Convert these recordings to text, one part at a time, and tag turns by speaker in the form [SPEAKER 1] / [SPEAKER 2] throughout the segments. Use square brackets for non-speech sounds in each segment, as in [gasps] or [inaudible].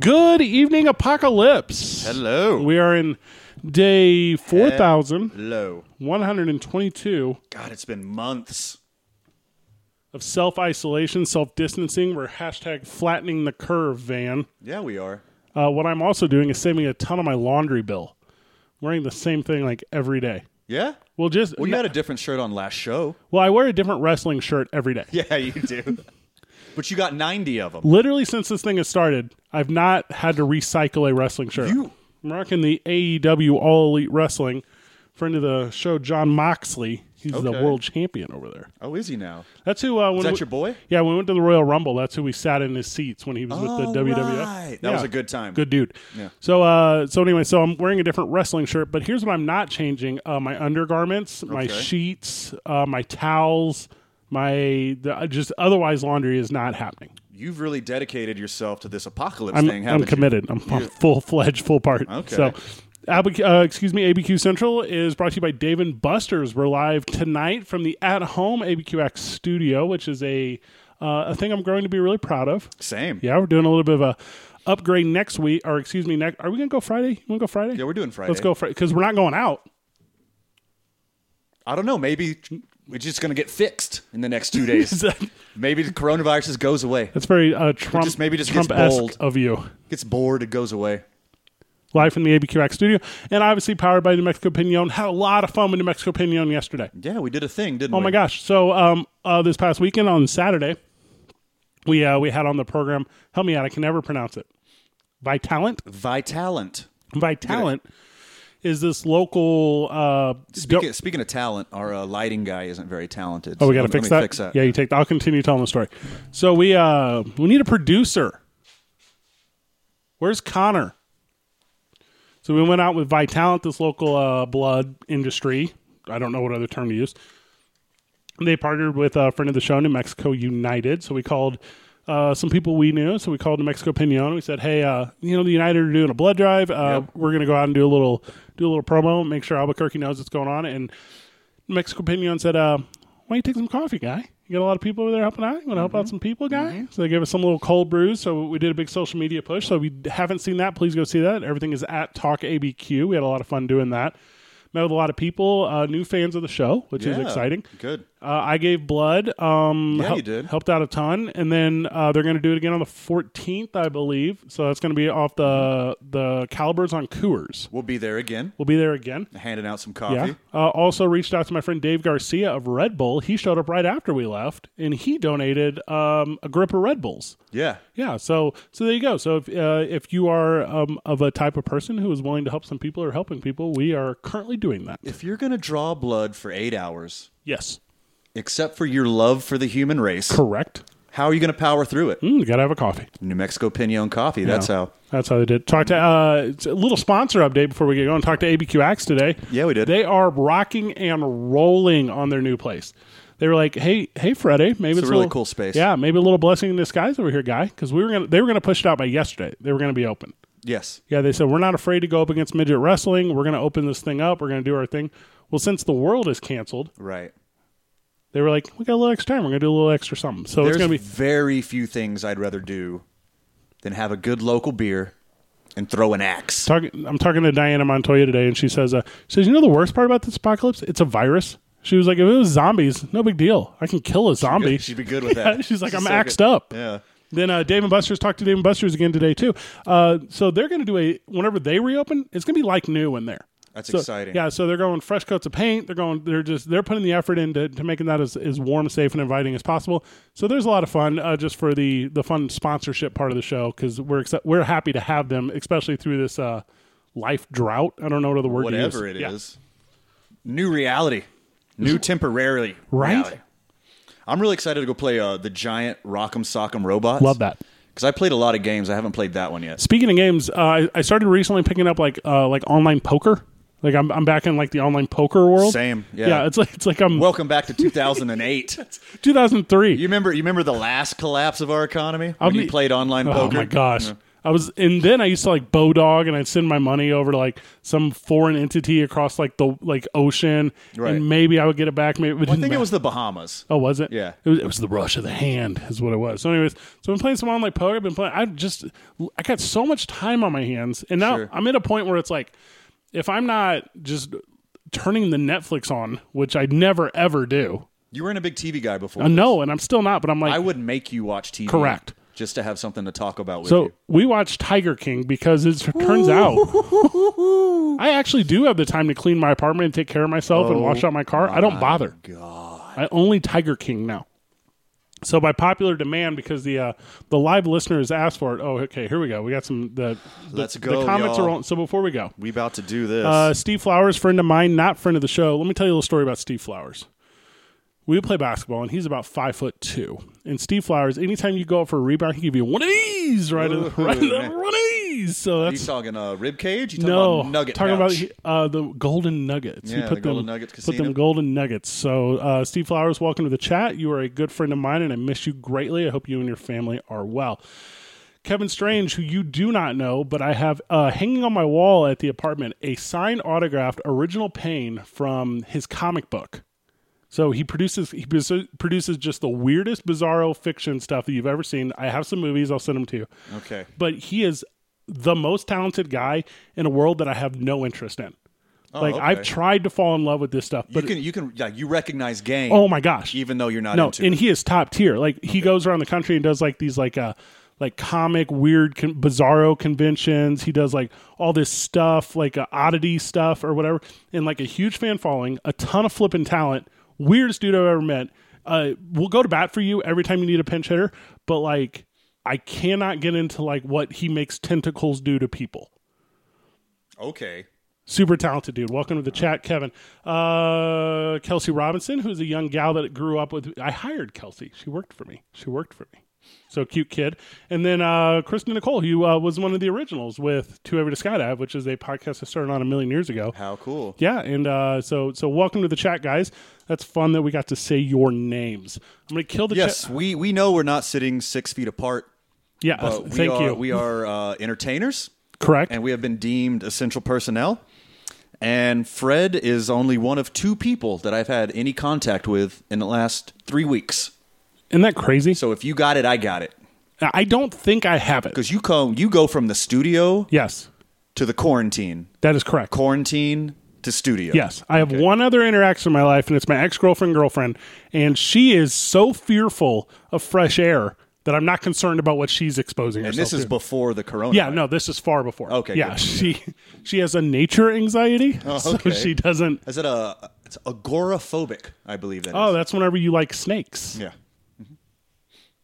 [SPEAKER 1] Good evening, Apocalypse.
[SPEAKER 2] Hello.
[SPEAKER 1] We are in day 4,122
[SPEAKER 2] Hello. God, it's been months.
[SPEAKER 1] of self isolation, self distancing. We're hashtag flattening the curve, Van.
[SPEAKER 2] Yeah, we are.
[SPEAKER 1] Uh, what I'm also doing is saving a ton of my laundry bill. I'm wearing the same thing like every day.
[SPEAKER 2] Yeah?
[SPEAKER 1] Well, just
[SPEAKER 2] Well, you had a different shirt on last show.
[SPEAKER 1] well, I wear a different wrestling shirt every day.
[SPEAKER 2] [laughs] Yeah, you do. but you got 90 of them.
[SPEAKER 1] Literally, since this thing has started, I've not had to recycle a wrestling shirt.
[SPEAKER 2] You-
[SPEAKER 1] I'm rocking the AEW All Elite Wrestling. Friend of the show, John Moxley. He's the
[SPEAKER 2] Okay.
[SPEAKER 1] world champion over there.
[SPEAKER 2] Oh, is he now?
[SPEAKER 1] That's who. Uh, when
[SPEAKER 2] Is that
[SPEAKER 1] we-
[SPEAKER 2] your boy?
[SPEAKER 1] Yeah, when we went to the Royal Rumble. That's who we sat in his seats when he was with the
[SPEAKER 2] Oh,
[SPEAKER 1] WWF.
[SPEAKER 2] right. That was a good time.
[SPEAKER 1] Good dude.
[SPEAKER 2] Yeah.
[SPEAKER 1] So, uh, so anyway, so I'm wearing a different wrestling shirt, but here's what I'm not changing: uh, my undergarments, my
[SPEAKER 2] Okay.
[SPEAKER 1] sheets, uh, my towels, my the, just otherwise laundry is not happening.
[SPEAKER 2] You've really dedicated yourself to this apocalypse
[SPEAKER 1] I'm,
[SPEAKER 2] thing,
[SPEAKER 1] I'm
[SPEAKER 2] haven't you?
[SPEAKER 1] committed. I'm, full fledged, full part.
[SPEAKER 2] Okay.
[SPEAKER 1] So, AB, uh, excuse me, ABQ Central is brought to you by Dave and Buster's. We're live tonight from the at home ABQX studio, which is a uh, a thing I'm growing to be really proud of.
[SPEAKER 2] Same.
[SPEAKER 1] Yeah, we're doing a little bit of a upgrade next week, or excuse me, next. Are we gonna go Friday? You wanna go Friday?
[SPEAKER 2] Yeah, we're doing Friday.
[SPEAKER 1] Let's go Friday because we're not going out. [laughs]
[SPEAKER 2] I don't know. Maybe we're just going to get fixed in the next two
[SPEAKER 1] [laughs]
[SPEAKER 2] days. maybe the coronavirus just goes away.
[SPEAKER 1] That's very uh, Trump.
[SPEAKER 2] just- maybe just gets
[SPEAKER 1] Trump-esque
[SPEAKER 2] bold.
[SPEAKER 1] of you.
[SPEAKER 2] Gets bored. It goes away.
[SPEAKER 1] Live from the ABQX studio, and obviously powered by New Mexico Pinion. Had a lot of fun with New Mexico Pinion yesterday.
[SPEAKER 2] Yeah, we did a thing, didn't
[SPEAKER 1] Oh
[SPEAKER 2] we?
[SPEAKER 1] my gosh! So um, uh, this past weekend on Saturday, we uh, we had on the program. Help me out! I can never pronounce it. Vitalent.
[SPEAKER 2] Vitalent.
[SPEAKER 1] Vitalent is this local. Uh,
[SPEAKER 2] Speaking, speaking of talent, our uh, lighting guy isn't very talented.
[SPEAKER 1] oh, we got to
[SPEAKER 2] to
[SPEAKER 1] fix that.
[SPEAKER 2] fix that.
[SPEAKER 1] Yeah, you take. that. I'll continue telling the story. So we uh, we need a producer. Where's Connor? So we went out with Vitalent, this local uh, blood industry. I don't know what other term to use. They partnered with a friend of the show, New Mexico United. So we called uh, some people we knew. So we called New Mexico Pinion. We said, "Hey, uh, you know, the United are doing a blood drive. Uh, We're going to go out and do a little do a little promo. Make sure Albuquerque knows what's going on." And New Mexico Pinion said, uh, "Why don't you take some coffee, guy? You got a lot of people over there helping out. You want to help out some people, guy?" So they gave us some little cold brews. So we did a big social media push. So if you haven't seen that, please go see that. Everything is at Talk ABQ. We had a lot of fun doing that. Met with a lot of people, uh, new fans of the show, which is
[SPEAKER 2] Yeah.
[SPEAKER 1] exciting.
[SPEAKER 2] Good.
[SPEAKER 1] Uh, I gave blood. Um,
[SPEAKER 2] Yeah,
[SPEAKER 1] hel-
[SPEAKER 2] you did.
[SPEAKER 1] Helped out a ton, and then uh, they're going to do it again on the 14th, I believe. So that's going to be off the the calibers on Coors.
[SPEAKER 2] We'll be there again,
[SPEAKER 1] We'll be there again.
[SPEAKER 2] handing out some
[SPEAKER 1] Yeah.
[SPEAKER 2] coffee.
[SPEAKER 1] Uh, also reached out to my friend Dave Garcia of Red Bull. He showed up right after we left, and he donated um, a grip of Red Bulls.
[SPEAKER 2] Yeah.
[SPEAKER 1] Yeah, so so there you go. So if uh, if you are um, of a type of person who is willing to help some people or helping people, we are currently doing that.
[SPEAKER 2] If you're going to draw blood for eight hours,
[SPEAKER 1] Yes,
[SPEAKER 2] except for your love for the human race,
[SPEAKER 1] correct.
[SPEAKER 2] how are you going to power through it?
[SPEAKER 1] Mm, gotta have a coffee.
[SPEAKER 2] New Mexico Pinon Coffee. That's
[SPEAKER 1] Yeah.
[SPEAKER 2] how.
[SPEAKER 1] That's how they did. Talk to uh, it's a little sponsor update before we get going. Talk to ABQ Axe today.
[SPEAKER 2] Yeah, we did.
[SPEAKER 1] They are rocking and rolling on their new place. They were like, "Hey, hey, Friday, maybe it's,
[SPEAKER 2] a really
[SPEAKER 1] little-
[SPEAKER 2] cool space.
[SPEAKER 1] Yeah, maybe a little blessing in disguise over here, guy, because we were gonna they were gonna push it out by yesterday. They were gonna be open.
[SPEAKER 2] Yes.
[SPEAKER 1] Yeah, they said we're not afraid to go up against midget wrestling. We're gonna open this thing up. We're gonna do our thing. Well, since the world is canceled,
[SPEAKER 2] Right.
[SPEAKER 1] they were like, "We got a little extra time. We're gonna do a little extra something." So
[SPEAKER 2] There's
[SPEAKER 1] it's gonna be
[SPEAKER 2] very few things I'd rather do than have a good local beer and throw an axe.
[SPEAKER 1] talking I'm talking to Diana Montoya today and she says uh, she says you know the worst part about this apocalypse it's a virus she was like if it was zombies no big deal I can kill a zombie
[SPEAKER 2] She'd
[SPEAKER 1] [laughs]
[SPEAKER 2] be good with that.
[SPEAKER 1] she's like I'm
[SPEAKER 2] so
[SPEAKER 1] axed
[SPEAKER 2] good.
[SPEAKER 1] up
[SPEAKER 2] Yeah.
[SPEAKER 1] then uh, Dave and Buster's talked to Dave and Buster's again today too uh, so they're gonna do a whenever they reopen it's gonna be like new in there
[SPEAKER 2] That's
[SPEAKER 1] So-
[SPEAKER 2] exciting.
[SPEAKER 1] yeah so they're going fresh coats of paint they're going they're just they're putting the effort into to making that as, as warm safe and inviting as possible so there's a lot of fun uh, just for the the fun sponsorship part of the show because we're ex- we're happy to have them especially through this uh life drought i don't know what other word
[SPEAKER 2] Whatever
[SPEAKER 1] to
[SPEAKER 2] it
[SPEAKER 1] use. Yeah.
[SPEAKER 2] is. New reality. New temporarily.
[SPEAKER 1] Right?
[SPEAKER 2] reality. I'm really excited to go play uh, the giant Rock'em Sock'em Robots.
[SPEAKER 1] love that
[SPEAKER 2] Because I played a lot of games. I haven't played that one yet.
[SPEAKER 1] speaking of games uh, I, I started recently picking up like uh like online poker like I'm, I'm back in like the online poker world
[SPEAKER 2] Same, yeah.
[SPEAKER 1] yeah it's like it's like i'm
[SPEAKER 2] Welcome
[SPEAKER 1] [laughs]
[SPEAKER 2] back to 2008.
[SPEAKER 1] 2003
[SPEAKER 2] you remember? You remember the last collapse of our economy when
[SPEAKER 1] I'll
[SPEAKER 2] you
[SPEAKER 1] be-
[SPEAKER 2] played online
[SPEAKER 1] oh
[SPEAKER 2] poker?
[SPEAKER 1] my gosh I was, and then I used to like bow dog, and I'd send my money over to like some foreign entity across like the like ocean,
[SPEAKER 2] Right.
[SPEAKER 1] and maybe I would get it back. Maybe it
[SPEAKER 2] I
[SPEAKER 1] didn't
[SPEAKER 2] think it
[SPEAKER 1] matter.
[SPEAKER 2] was the Bahamas.
[SPEAKER 1] Oh, was it?
[SPEAKER 2] Yeah.
[SPEAKER 1] It was, it was the rush of the hand, is what it was. So, anyways, so I've been playing some online poker. I've been playing. I just, I got so much time on my hands, and now
[SPEAKER 2] Sure.
[SPEAKER 1] I'm at a point where it's like, if I'm not just turning the Netflix on, which I never ever do,
[SPEAKER 2] You weren't a big TV guy before.
[SPEAKER 1] I know, and I'm still not, but I'm like,
[SPEAKER 2] I would make you watch TV.
[SPEAKER 1] Uh, Correct.
[SPEAKER 2] Just to have something to talk about with
[SPEAKER 1] so
[SPEAKER 2] you.
[SPEAKER 1] we watched Tiger King because it turns out I actually do have the time to clean my apartment and take care of myself and
[SPEAKER 2] Oh
[SPEAKER 1] wash out my car. I don't bother. I only Tiger King now. So by popular demand, because the uh, the live listener has asked for it. Oh, okay, here we go. We got some. The, the-
[SPEAKER 2] Let's go,
[SPEAKER 1] The comments
[SPEAKER 2] y'all.
[SPEAKER 1] are rolling. So before we go,
[SPEAKER 2] We about to do this.
[SPEAKER 1] uh, Steve Flowers, friend of mine, not friend of the show. Let me tell you a little story about Steve Flowers. We would play basketball, and he's about five foot two. And Steve Flowers, anytime you go up for a rebound, he give you one of these, right? in-
[SPEAKER 2] Ooh,
[SPEAKER 1] right, in the- [laughs]
[SPEAKER 2] man.
[SPEAKER 1] one of these. So
[SPEAKER 2] you
[SPEAKER 1] that's
[SPEAKER 2] talking uh, rib cage? You talking
[SPEAKER 1] no
[SPEAKER 2] about nugget
[SPEAKER 1] talking
[SPEAKER 2] pouch?
[SPEAKER 1] about uh, the golden nuggets. He
[SPEAKER 2] Yeah,
[SPEAKER 1] put
[SPEAKER 2] the Golden
[SPEAKER 1] them,
[SPEAKER 2] Nuggets
[SPEAKER 1] put
[SPEAKER 2] Casino.
[SPEAKER 1] them golden nuggets. So uh, Steve Flowers, welcome to the chat. You are a good friend of mine, and I miss you greatly. I hope you and your family are well. Kevin Strange, who you do not know, but I have uh, hanging on my wall at the apartment a signed autographed original pain from his comic book. So he produces he bus- produces just the weirdest bizarro fiction stuff that you've ever seen. I have some movies, I'll send them to you.
[SPEAKER 2] Okay.
[SPEAKER 1] But he is the most talented guy in a world that I have no interest in. like I've
[SPEAKER 2] Oh, okay.
[SPEAKER 1] tried to fall in love with this stuff,
[SPEAKER 2] You
[SPEAKER 1] but
[SPEAKER 2] can you can like you recognize game.
[SPEAKER 1] oh my gosh.
[SPEAKER 2] Even though you're not
[SPEAKER 1] no,
[SPEAKER 2] into
[SPEAKER 1] and
[SPEAKER 2] it.
[SPEAKER 1] he is top tier. Like he goes around the country and does like these like uh like comic weird con- bizarro conventions. He does like all this stuff, like uh, oddity stuff or whatever, and like a huge fan following, a ton of flipping talent, weirdest dude I've ever met. Uh, we'll go to bat for you every time you need a pinch hitter, but like I cannot get into like what he makes tentacles do to people.
[SPEAKER 2] Okay.
[SPEAKER 1] Super talented dude. Welcome to the chat, Kevin. Uh, Kelsey Robinson, who's a young gal that grew up with. I hired Kelsey. She worked for me. She worked for me. So cute kid. And then uh, Kristen Nicole, who uh, was one of the originals with To Every to Skydive, which is a podcast I started on a million years ago.
[SPEAKER 2] How cool.
[SPEAKER 1] Yeah, and uh, so so welcome to the chat, guys. That's fun that we got to say your names. I'm gonna kill the
[SPEAKER 2] Yes,
[SPEAKER 1] chat.
[SPEAKER 2] we we know we're not sitting six feet apart.
[SPEAKER 1] Yeah,
[SPEAKER 2] but we
[SPEAKER 1] Uh, thank
[SPEAKER 2] are,
[SPEAKER 1] you.
[SPEAKER 2] We are uh, entertainers,
[SPEAKER 1] Correct.
[SPEAKER 2] and we have been deemed essential personnel. And Fred is only one of two people that I've had any contact with in the last three weeks.
[SPEAKER 1] Isn't that crazy?
[SPEAKER 2] So if you got it, I got it.
[SPEAKER 1] I don't think I have it.
[SPEAKER 2] Because you come, you go from the studio
[SPEAKER 1] Yes,
[SPEAKER 2] to the quarantine,
[SPEAKER 1] that is correct.
[SPEAKER 2] quarantine to studio.
[SPEAKER 1] Yes, I have one other interaction in my life, and it's my ex girlfriend, girlfriend, and she is so fearful of fresh air that I'm not concerned about what she's exposing
[SPEAKER 2] and
[SPEAKER 1] herself
[SPEAKER 2] this is
[SPEAKER 1] to.
[SPEAKER 2] before the corona.
[SPEAKER 1] yeah, no, this is far before.
[SPEAKER 2] Okay,
[SPEAKER 1] yeah,
[SPEAKER 2] good. Oh,
[SPEAKER 1] she [laughs] she has a nature
[SPEAKER 2] [laughs]
[SPEAKER 1] anxiety, so
[SPEAKER 2] okay.
[SPEAKER 1] she doesn't.
[SPEAKER 2] is it a it's agoraphobic? I believe that.
[SPEAKER 1] Oh,
[SPEAKER 2] is.
[SPEAKER 1] that's whenever you like snakes.
[SPEAKER 2] yeah.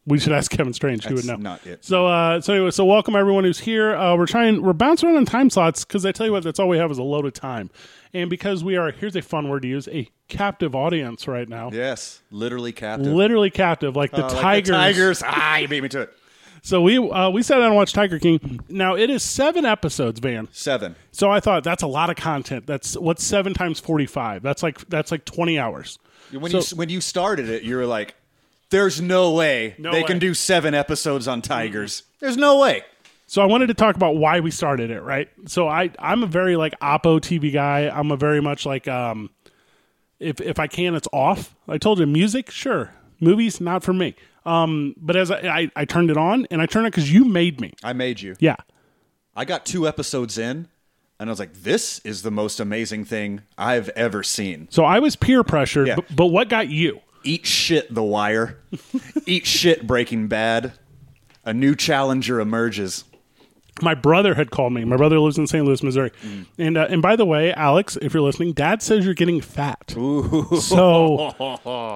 [SPEAKER 1] We should ask Kevin Strange. He would
[SPEAKER 2] That's
[SPEAKER 1] know.
[SPEAKER 2] not it.
[SPEAKER 1] So, uh, so anyway, so welcome everyone who's here. Uh, we're trying, we're bouncing around on time slots because I tell you what, that's all we have is a load of time, and because we are here's a fun word to use a captive audience right now.
[SPEAKER 2] Yes, literally captive.
[SPEAKER 1] literally captive, like the
[SPEAKER 2] Uh, like the
[SPEAKER 1] tigers.
[SPEAKER 2] tigers. Ah, you beat me to it.
[SPEAKER 1] So we uh, we sat down and watched Tiger King. Now it is seven episodes, Van.
[SPEAKER 2] Seven.
[SPEAKER 1] So I thought that's a lot of content. That's what's seven times forty five. That's like that's like twenty hours.
[SPEAKER 2] When you when you started it, you were like, "There's no way
[SPEAKER 1] No
[SPEAKER 2] they
[SPEAKER 1] way.
[SPEAKER 2] can do seven episodes on tigers. There's no way."
[SPEAKER 1] So I wanted to talk about why we started it, right? So I I'm a very like Oppo TV guy. I'm a very much like um if if I can, it's off. I told you music, sure. Movies, not for me. Um, but as I, I, I turned it on, and I turned it because you made me.
[SPEAKER 2] I made you.
[SPEAKER 1] Yeah.
[SPEAKER 2] I got two episodes in, and I was like, "This is the most amazing thing I've ever seen."
[SPEAKER 1] So I was peer pressured,
[SPEAKER 2] Yeah.
[SPEAKER 1] but, but what got you?
[SPEAKER 2] Eat shit, The [laughs] Wire. Eat shit, Breaking Bad. A new challenger emerges.
[SPEAKER 1] my brother had called me. My brother lives in St. Louis, Missouri, and uh, and by the way, Alex, if you're listening, Dad says you're getting fat. So,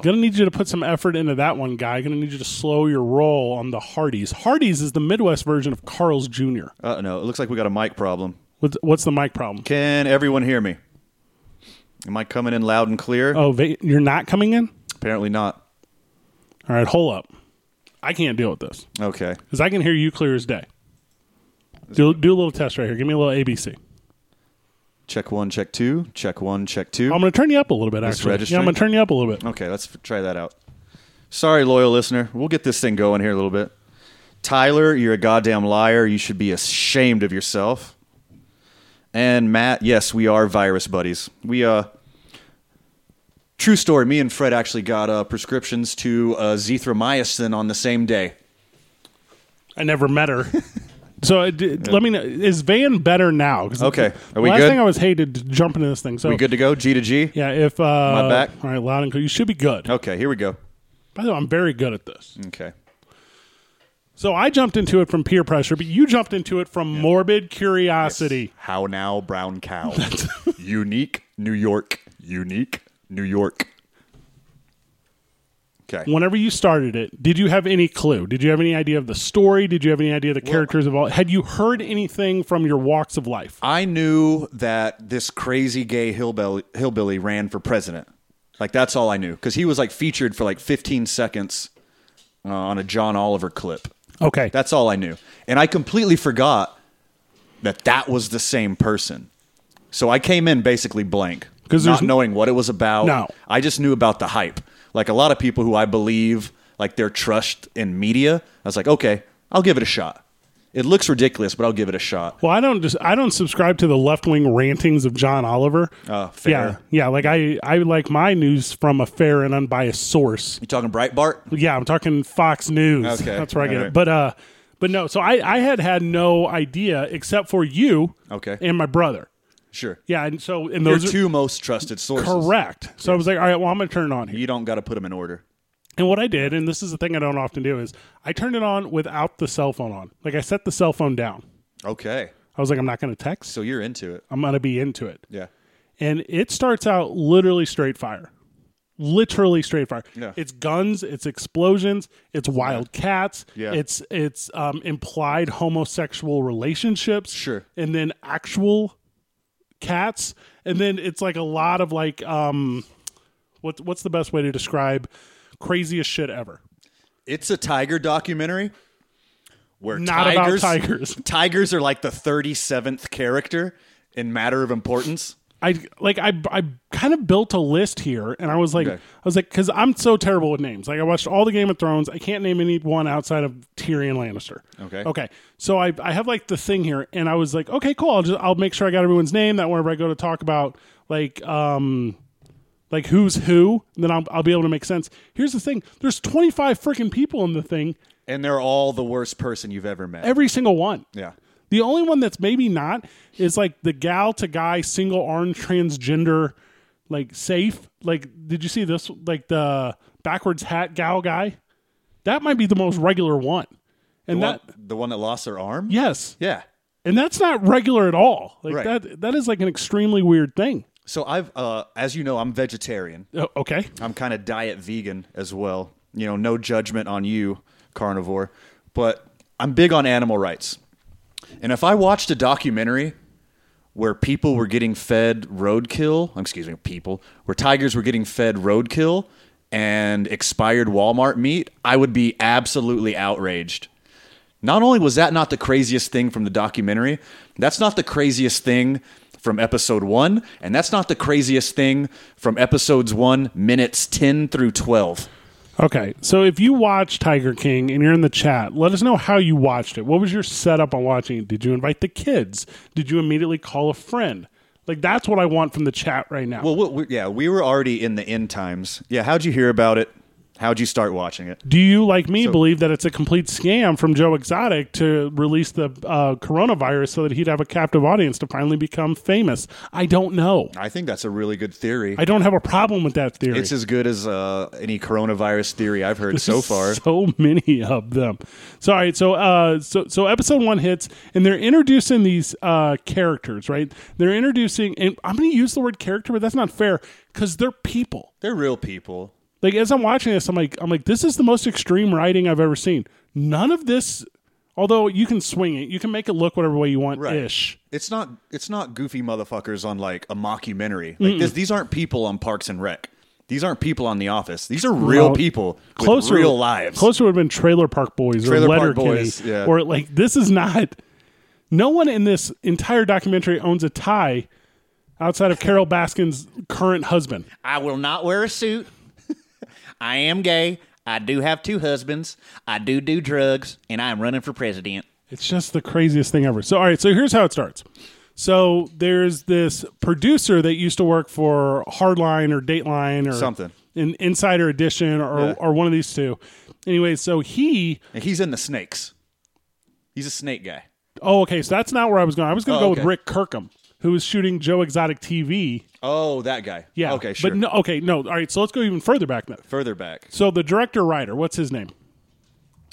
[SPEAKER 1] gonna need you to put some effort into that one, guy. Gonna need you to slow your roll on the Hardee's. Hardee's is the Midwest version of Carl's Jr.
[SPEAKER 2] Uh no, it looks like we got a mic problem.
[SPEAKER 1] What's, what's the mic problem?
[SPEAKER 2] Can everyone hear me? Am I coming in loud and clear?
[SPEAKER 1] Oh, va- you're not coming in.
[SPEAKER 2] Apparently not.
[SPEAKER 1] All right, hold up. I can't deal with this
[SPEAKER 2] Okay.
[SPEAKER 1] because I can hear you clear as day. Do, do a little test right here. Give me a little ABC.
[SPEAKER 2] Check one, check two, check one, check two.
[SPEAKER 1] I'm going to turn you up a little bit. Actually, yeah,
[SPEAKER 2] registering?
[SPEAKER 1] I'm going to turn you up a little bit.
[SPEAKER 2] Okay, let's f- try that out. Sorry, loyal listener. We'll get this thing going here a little bit. Tyler, you're a goddamn liar. You should be ashamed of yourself. And Matt, yes, we are virus buddies. We uh True story. Me and Fred actually got uh, prescriptions to uh, zithromycin on the same day.
[SPEAKER 1] I never met her. [laughs] so I did- let me know. Is Van better now? 'Cause
[SPEAKER 2] Okay.
[SPEAKER 1] the
[SPEAKER 2] Are we
[SPEAKER 1] last
[SPEAKER 2] good?
[SPEAKER 1] thing I was hated to jump into this thing. So
[SPEAKER 2] We good to go? G to G.
[SPEAKER 1] Yeah, if uh, my
[SPEAKER 2] back?
[SPEAKER 1] All right, loud and clear. You should be good.
[SPEAKER 2] Okay, here we go.
[SPEAKER 1] By the way, I'm very good at this.
[SPEAKER 2] Okay.
[SPEAKER 1] So I jumped into it from peer pressure, but you jumped into it from morbid curiosity.
[SPEAKER 2] How now, brown cow? unique New York. Unique New York. Okay.
[SPEAKER 1] Whenever you started it, did you have any clue? Did you have any idea of the story? Did you have any idea of the characters of all? Had you heard anything from your walks of life?
[SPEAKER 2] I knew that this crazy gay hillbilly, hillbilly ran for president. Like that's all I knew because he was like featured for like 15 seconds uh, on a John Oliver clip.
[SPEAKER 1] Okay,
[SPEAKER 2] That's all I knew, and I completely forgot that that was the same person. So I came in basically blank,
[SPEAKER 1] 'Cause
[SPEAKER 2] not
[SPEAKER 1] there's-
[SPEAKER 2] knowing what it was about.
[SPEAKER 1] No.
[SPEAKER 2] I just knew about the hype. Like a lot of people who I believe, like their trust in media. I was like, okay, I'll give it a shot. It looks ridiculous, but I'll give it a shot.
[SPEAKER 1] Well, I don't just I don't subscribe to the left wing rantings of John Oliver.
[SPEAKER 2] Oh, fair.
[SPEAKER 1] Yeah, yeah. Like I I like my news from a fair and unbiased source.
[SPEAKER 2] You talking Breitbart?
[SPEAKER 1] Yeah, I'm talking Fox News. [laughs]
[SPEAKER 2] Okay.
[SPEAKER 1] that's where I get
[SPEAKER 2] All
[SPEAKER 1] it.
[SPEAKER 2] right.
[SPEAKER 1] But uh, but no. So I I had had no idea except for you.
[SPEAKER 2] Okay.
[SPEAKER 1] And my brother.
[SPEAKER 2] Sure.
[SPEAKER 1] Yeah, and so and
[SPEAKER 2] Your
[SPEAKER 1] those
[SPEAKER 2] two most trusted sources.
[SPEAKER 1] are correct. So I was like, all right, well I'm gonna turn it on here.
[SPEAKER 2] You don't got to put them in order.
[SPEAKER 1] And what I did, and this is the thing I don't often do, is I turned it on without the cell phone on. Like I set the cell phone down.
[SPEAKER 2] Okay.
[SPEAKER 1] I was like, I'm not gonna text.
[SPEAKER 2] So you're into it.
[SPEAKER 1] I'm gonna be into it.
[SPEAKER 2] Yeah.
[SPEAKER 1] and it starts out literally straight fire literally straight fire
[SPEAKER 2] Yeah.
[SPEAKER 1] it's guns it's explosions it's wild cats
[SPEAKER 2] Yeah.
[SPEAKER 1] it's it's um, implied homosexual relationships
[SPEAKER 2] Sure.
[SPEAKER 1] and then actual cats and then it's like a lot of like um what, what's the best way to describe craziest shit ever
[SPEAKER 2] It's a tiger documentary where
[SPEAKER 1] Not about
[SPEAKER 2] tigers,
[SPEAKER 1] tigers.
[SPEAKER 2] [laughs] tigers are like the 37th character in matter of importance.
[SPEAKER 1] I like I I kind of built a list here, and I was like
[SPEAKER 2] Okay.
[SPEAKER 1] I was like because I'm so terrible with names. Like I watched all the Game of Thrones. I can't name anyone outside of Tyrion Lannister.
[SPEAKER 2] Okay.
[SPEAKER 1] Okay. So I I have like the thing here, and I was like, okay, cool. I'll just I'll make sure I got everyone's name. That whenever I go to talk about like um like who's who, then I'll I'll be able to make sense. Here's the thing: there's 25 freaking people in the thing.
[SPEAKER 2] And they're all the worst person you've ever met.
[SPEAKER 1] Every single one.
[SPEAKER 2] yeah.
[SPEAKER 1] The only one that's maybe not is like the gal to guy single arm transgender, like safe. Like, did you see this? Like the backwards hat gal guy. That might be the most regular one, and
[SPEAKER 2] The
[SPEAKER 1] that
[SPEAKER 2] one- the one that lost their arm?
[SPEAKER 1] yes,
[SPEAKER 2] Yeah.
[SPEAKER 1] and that's not regular at all. Like
[SPEAKER 2] Right.
[SPEAKER 1] that that is like an extremely weird thing.
[SPEAKER 2] So I've uh as you know, I'm vegetarian.
[SPEAKER 1] Uh, okay,
[SPEAKER 2] I'm kind of diet vegan as well. You know, no judgment on you, carnivore, but I'm big on animal rights. And if I watched a documentary where people were getting fed roadkill, um, excuse me, people, where tigers were getting fed roadkill and expired Walmart meat, I would be absolutely outraged. Not only was that not the craziest thing from the documentary, that's not the craziest thing from episode one, and that's not the craziest thing from episodes one, minutes 10 through 12.
[SPEAKER 1] okay. So if you watch Tiger King and you're in the chat, let us know how you watched it. What was your setup on watching it? Did you invite the kids? Did you immediately call a friend? Like that's what I want from the chat right now.
[SPEAKER 2] Well, we, we- yeah, we were already in the end times. Yeah, how'd you hear about it? How'd you start watching it?
[SPEAKER 1] Do you, like me, believe that it's a complete scam from Joe Exotic to release the uh, coronavirus so that he'd have a captive audience to finally become famous? I don't know.
[SPEAKER 2] I think that's a really good theory.
[SPEAKER 1] I don't have a problem with that theory.
[SPEAKER 2] it's as good as uh, any coronavirus theory I've
[SPEAKER 1] [laughs]
[SPEAKER 2] heard so far.
[SPEAKER 1] so many of them. So all right, so uh, so so episode one hits, and they're introducing these uh characters, right? They're introducing, and I'm going to use the word character, but that's not fair because they're people.
[SPEAKER 2] They're real people.
[SPEAKER 1] like as I'm watching this, I'm like, I'm like, this is the most extreme writing I've ever seen. None of this, although you can swing it, you can make it look whatever way you want,
[SPEAKER 2] Right.
[SPEAKER 1] ish.
[SPEAKER 2] It's not it's not goofy motherfuckers on like a mockumentary. Like this, these aren't people on Parks and Rec. These aren't people on The Office. These are real
[SPEAKER 1] Well,
[SPEAKER 2] people
[SPEAKER 1] Closer,
[SPEAKER 2] with real lives.
[SPEAKER 1] Closer would have been Trailer Park Boys
[SPEAKER 2] Trailer
[SPEAKER 1] or
[SPEAKER 2] Park
[SPEAKER 1] Letter
[SPEAKER 2] Boys, yeah.
[SPEAKER 1] or like this is not. No one in this entire documentary owns a tie outside of Carol Baskin's current husband.
[SPEAKER 2] [laughs] I will not wear a suit. I am gay.
[SPEAKER 3] I do have two husbands. I do do drugs, and I am running for president.
[SPEAKER 1] It's just the craziest thing ever. So, all right, so here's how it starts. So, there's this producer that used to work for Hardline or Dateline or
[SPEAKER 2] Something.
[SPEAKER 1] an Insider Edition or,
[SPEAKER 2] Yeah.
[SPEAKER 1] or one of these two. Anyway, so he,
[SPEAKER 2] And he's in the snakes. He's a snake guy.
[SPEAKER 1] oh, okay, so that's not where I was going. I was going to
[SPEAKER 2] Oh,
[SPEAKER 1] go with
[SPEAKER 2] okay.
[SPEAKER 1] Rick Kirkham, who was shooting Joe Exotic TV.
[SPEAKER 2] Oh, that guy.
[SPEAKER 1] Yeah.
[SPEAKER 2] Okay, sure.
[SPEAKER 1] But no, okay, no. All right, so let's go even further back. Then.
[SPEAKER 2] Further back.
[SPEAKER 1] So, the director writer, what's his name?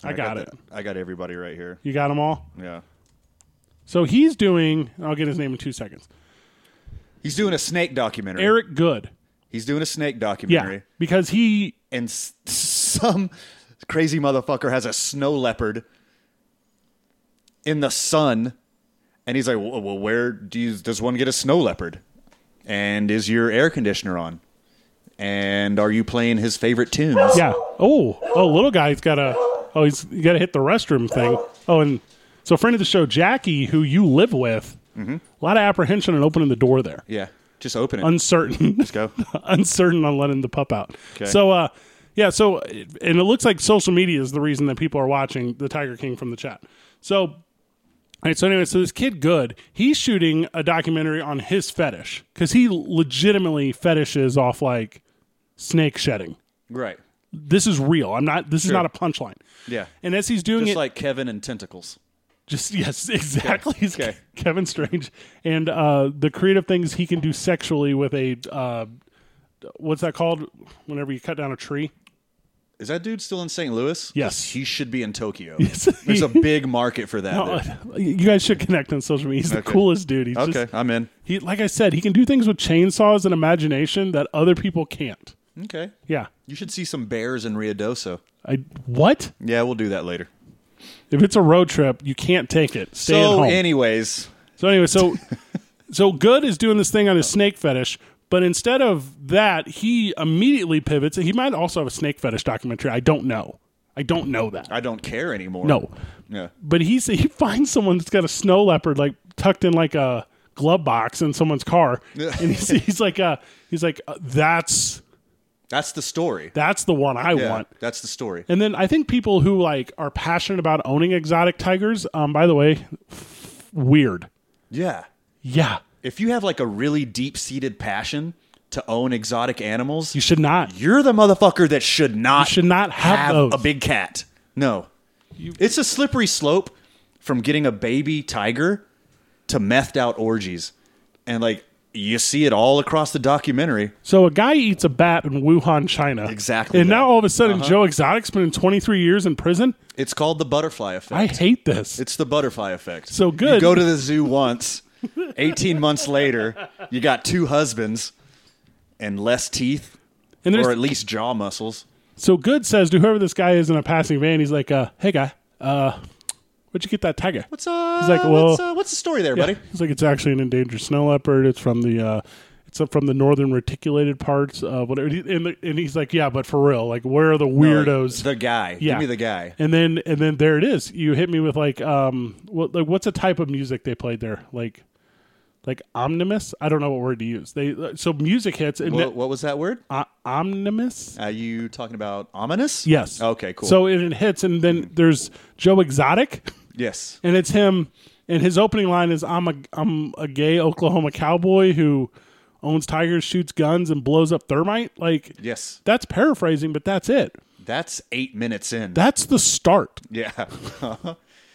[SPEAKER 1] I, got, it.
[SPEAKER 2] the- I got everybody right here.
[SPEAKER 1] You got them all?
[SPEAKER 2] Yeah.
[SPEAKER 1] So, he's doing, I'll get his name in two seconds
[SPEAKER 2] He's doing a snake documentary.
[SPEAKER 1] Eric Good.
[SPEAKER 2] He's doing a snake
[SPEAKER 1] Yeah.
[SPEAKER 2] documentary.
[SPEAKER 1] Because he
[SPEAKER 2] And s- some crazy motherfucker has a snow leopard in the sun. And he's like, well, well, where do you, does one get a snow leopard? And is your air conditioner on? And are you playing his favorite tunes?
[SPEAKER 1] Yeah. Oh, oh, little guy's got to. Oh, he's you got to hit the restroom thing. Oh, and so a friend of the show, Jackie, who you live with, a lot of apprehension in opening the door there.
[SPEAKER 2] Yeah. Just open it.
[SPEAKER 1] Uncertain, [laughs]
[SPEAKER 2] Let's go.
[SPEAKER 1] uncertain on letting the pup out.
[SPEAKER 2] Okay.
[SPEAKER 1] So, uh, yeah. So, and it looks like social media is the reason that people are watching the Tiger King from the chat. So, all right. So anyway, so this kid, good, he's shooting a documentary on his fetish because he legitimately fetishes off like snake shedding.
[SPEAKER 2] Right.
[SPEAKER 1] This is real. I'm not. This is not a punchline.
[SPEAKER 2] Yeah.
[SPEAKER 1] And as he's doing
[SPEAKER 2] Just
[SPEAKER 1] it,
[SPEAKER 2] like Kevin and Tentacles.
[SPEAKER 1] just [laughs] yes, exactly. He's
[SPEAKER 2] Okay.
[SPEAKER 1] Kevin Strange and uh, the creative things he can do sexually with a uh, what's that called? Whenever you cut down a tree,
[SPEAKER 2] Is that dude still in St. Louis?
[SPEAKER 1] Yes.
[SPEAKER 2] He should be in Tokyo.
[SPEAKER 1] [laughs] Yes.
[SPEAKER 2] There's a big market for that.
[SPEAKER 1] Oh,
[SPEAKER 2] there.
[SPEAKER 1] you guys should connect on social media. He's the
[SPEAKER 2] Okay.
[SPEAKER 1] coolest dude. He's [laughs]
[SPEAKER 2] Okay,
[SPEAKER 1] just
[SPEAKER 2] I'm in.
[SPEAKER 1] he, like I said, he can do things with chainsaws and imagination that other people can't.
[SPEAKER 2] Okay.
[SPEAKER 1] Yeah,
[SPEAKER 2] You should see some bears in Riadoso.
[SPEAKER 1] I what
[SPEAKER 2] Yeah, we'll do that later.
[SPEAKER 1] if it's a road trip? You can't take it. Stay at
[SPEAKER 2] so,
[SPEAKER 1] home.
[SPEAKER 2] anyways,
[SPEAKER 1] So anyway, so so good is doing this thing on his snake fetish, but instead of that, he immediately pivots. He might also have a snake fetish documentary. I don't know. I don't know that.
[SPEAKER 2] I don't care anymore.
[SPEAKER 1] No,
[SPEAKER 2] Yeah.
[SPEAKER 1] but he he finds someone that's got a snow leopard like tucked in like a glove box in someone's car, and he's, he's like, uh, he's like, uh, that's
[SPEAKER 2] That's the story.
[SPEAKER 1] that's the one I
[SPEAKER 2] Yeah,
[SPEAKER 1] want.
[SPEAKER 2] That's the story.
[SPEAKER 1] And then I think people who like are passionate about owning exotic tigers. Um, by the way, f- weird.
[SPEAKER 2] Yeah.
[SPEAKER 1] Yeah,
[SPEAKER 2] If you have like a really deep seated passion to own exotic animals,
[SPEAKER 1] you should not.
[SPEAKER 2] you're the motherfucker that should not
[SPEAKER 1] should not have those.
[SPEAKER 2] a big cat. No, it's a slippery slope from getting a baby tiger to methed out orgies, and like you see it all across the documentary.
[SPEAKER 1] So a guy eats a bat in Wuhan, China.
[SPEAKER 2] Exactly
[SPEAKER 1] And
[SPEAKER 2] that. Uh-huh.
[SPEAKER 1] now all of a sudden, Joe Exotic's been in 23 years in prison.
[SPEAKER 2] It's called the butterfly effect.
[SPEAKER 1] I hate this.
[SPEAKER 2] It's the butterfly effect.
[SPEAKER 1] So
[SPEAKER 2] You
[SPEAKER 1] good.
[SPEAKER 2] go to the zoo once.
[SPEAKER 1] [laughs]
[SPEAKER 2] 18 months later, you got two husbands and less teeth
[SPEAKER 1] and there's,
[SPEAKER 2] or at least jaw muscles.
[SPEAKER 1] so good says to whoever this guy is in a passing van, he's like, uh, "Hey guy, uh, where'd you get that tiger?"
[SPEAKER 2] What's uh,
[SPEAKER 1] He's like, well-
[SPEAKER 2] what's, uh, what's the story there, buddy?
[SPEAKER 1] He's like, "It's actually an endangered snow leopard. It's from the." Uh, it's up from the northern reticulated parts of whatever, and, the, and he's like, "Yeah, but for real, like, where are the
[SPEAKER 2] Like,
[SPEAKER 1] weirdos?"
[SPEAKER 2] the guy.
[SPEAKER 1] Yeah.
[SPEAKER 2] Give me the guy.
[SPEAKER 1] And then and then there it is. You hit me with like um what like what's a type of music they played there? Like like omnibus? I don't know what word to use. They uh, so music hits and
[SPEAKER 2] What, what was that word?
[SPEAKER 1] uh, omnibus?
[SPEAKER 2] Are you talking about ominous?
[SPEAKER 1] Yes.
[SPEAKER 2] Okay, cool.
[SPEAKER 1] So it, it hits and then there's Joe Exotic
[SPEAKER 2] yes.
[SPEAKER 1] and it's him and his opening line is I'm a I'm a gay Oklahoma cowboy who owns tigers, shoots guns and blows up thermite. Like
[SPEAKER 2] Yes.
[SPEAKER 1] That's paraphrasing, but that's it.
[SPEAKER 2] That's eight minutes in.
[SPEAKER 1] That's the start.
[SPEAKER 2] yeah. [laughs]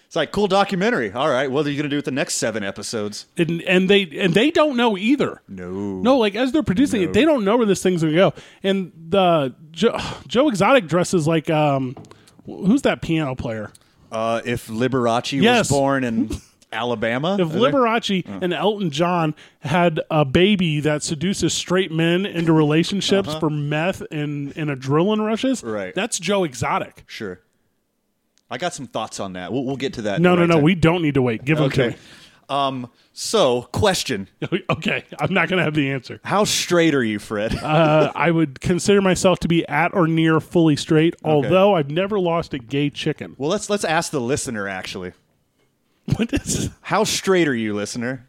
[SPEAKER 2] it's like, cool documentary. All right. What are you going to do with the next seven episodes?
[SPEAKER 1] and and they and they don't know either. No, no, like as they're producing it, they don't know where this thing's gonna go. And the Joe, [sighs] Joe Exotic dresses like um, who's that piano player?
[SPEAKER 2] Uh, if Liberace
[SPEAKER 1] Yes.
[SPEAKER 2] was
[SPEAKER 1] [laughs]
[SPEAKER 2] born in Alabama.
[SPEAKER 1] If Liberace
[SPEAKER 2] Oh.
[SPEAKER 1] and Elton John had a baby that seduces straight men into relationships for meth and and adrenaline rushes,
[SPEAKER 2] Uh-huh. Right.
[SPEAKER 1] That's Joe Exotic.
[SPEAKER 2] Sure. I got some thoughts on that. We'll, we'll get to that.
[SPEAKER 1] No, no,
[SPEAKER 2] in the right
[SPEAKER 1] no.
[SPEAKER 2] time.
[SPEAKER 1] We don't need to wait. Give them
[SPEAKER 2] [laughs] okay. Um. So, question:
[SPEAKER 1] to me. [laughs] okay, I'm not gonna have the answer.
[SPEAKER 2] How straight are you, Fred?
[SPEAKER 1] uh, I would consider myself to be at or near fully straight, although I've never lost a gay chicken. [laughs]
[SPEAKER 2] well, let's let's ask the listener. Actually,
[SPEAKER 1] What is
[SPEAKER 2] how straight are you, listener?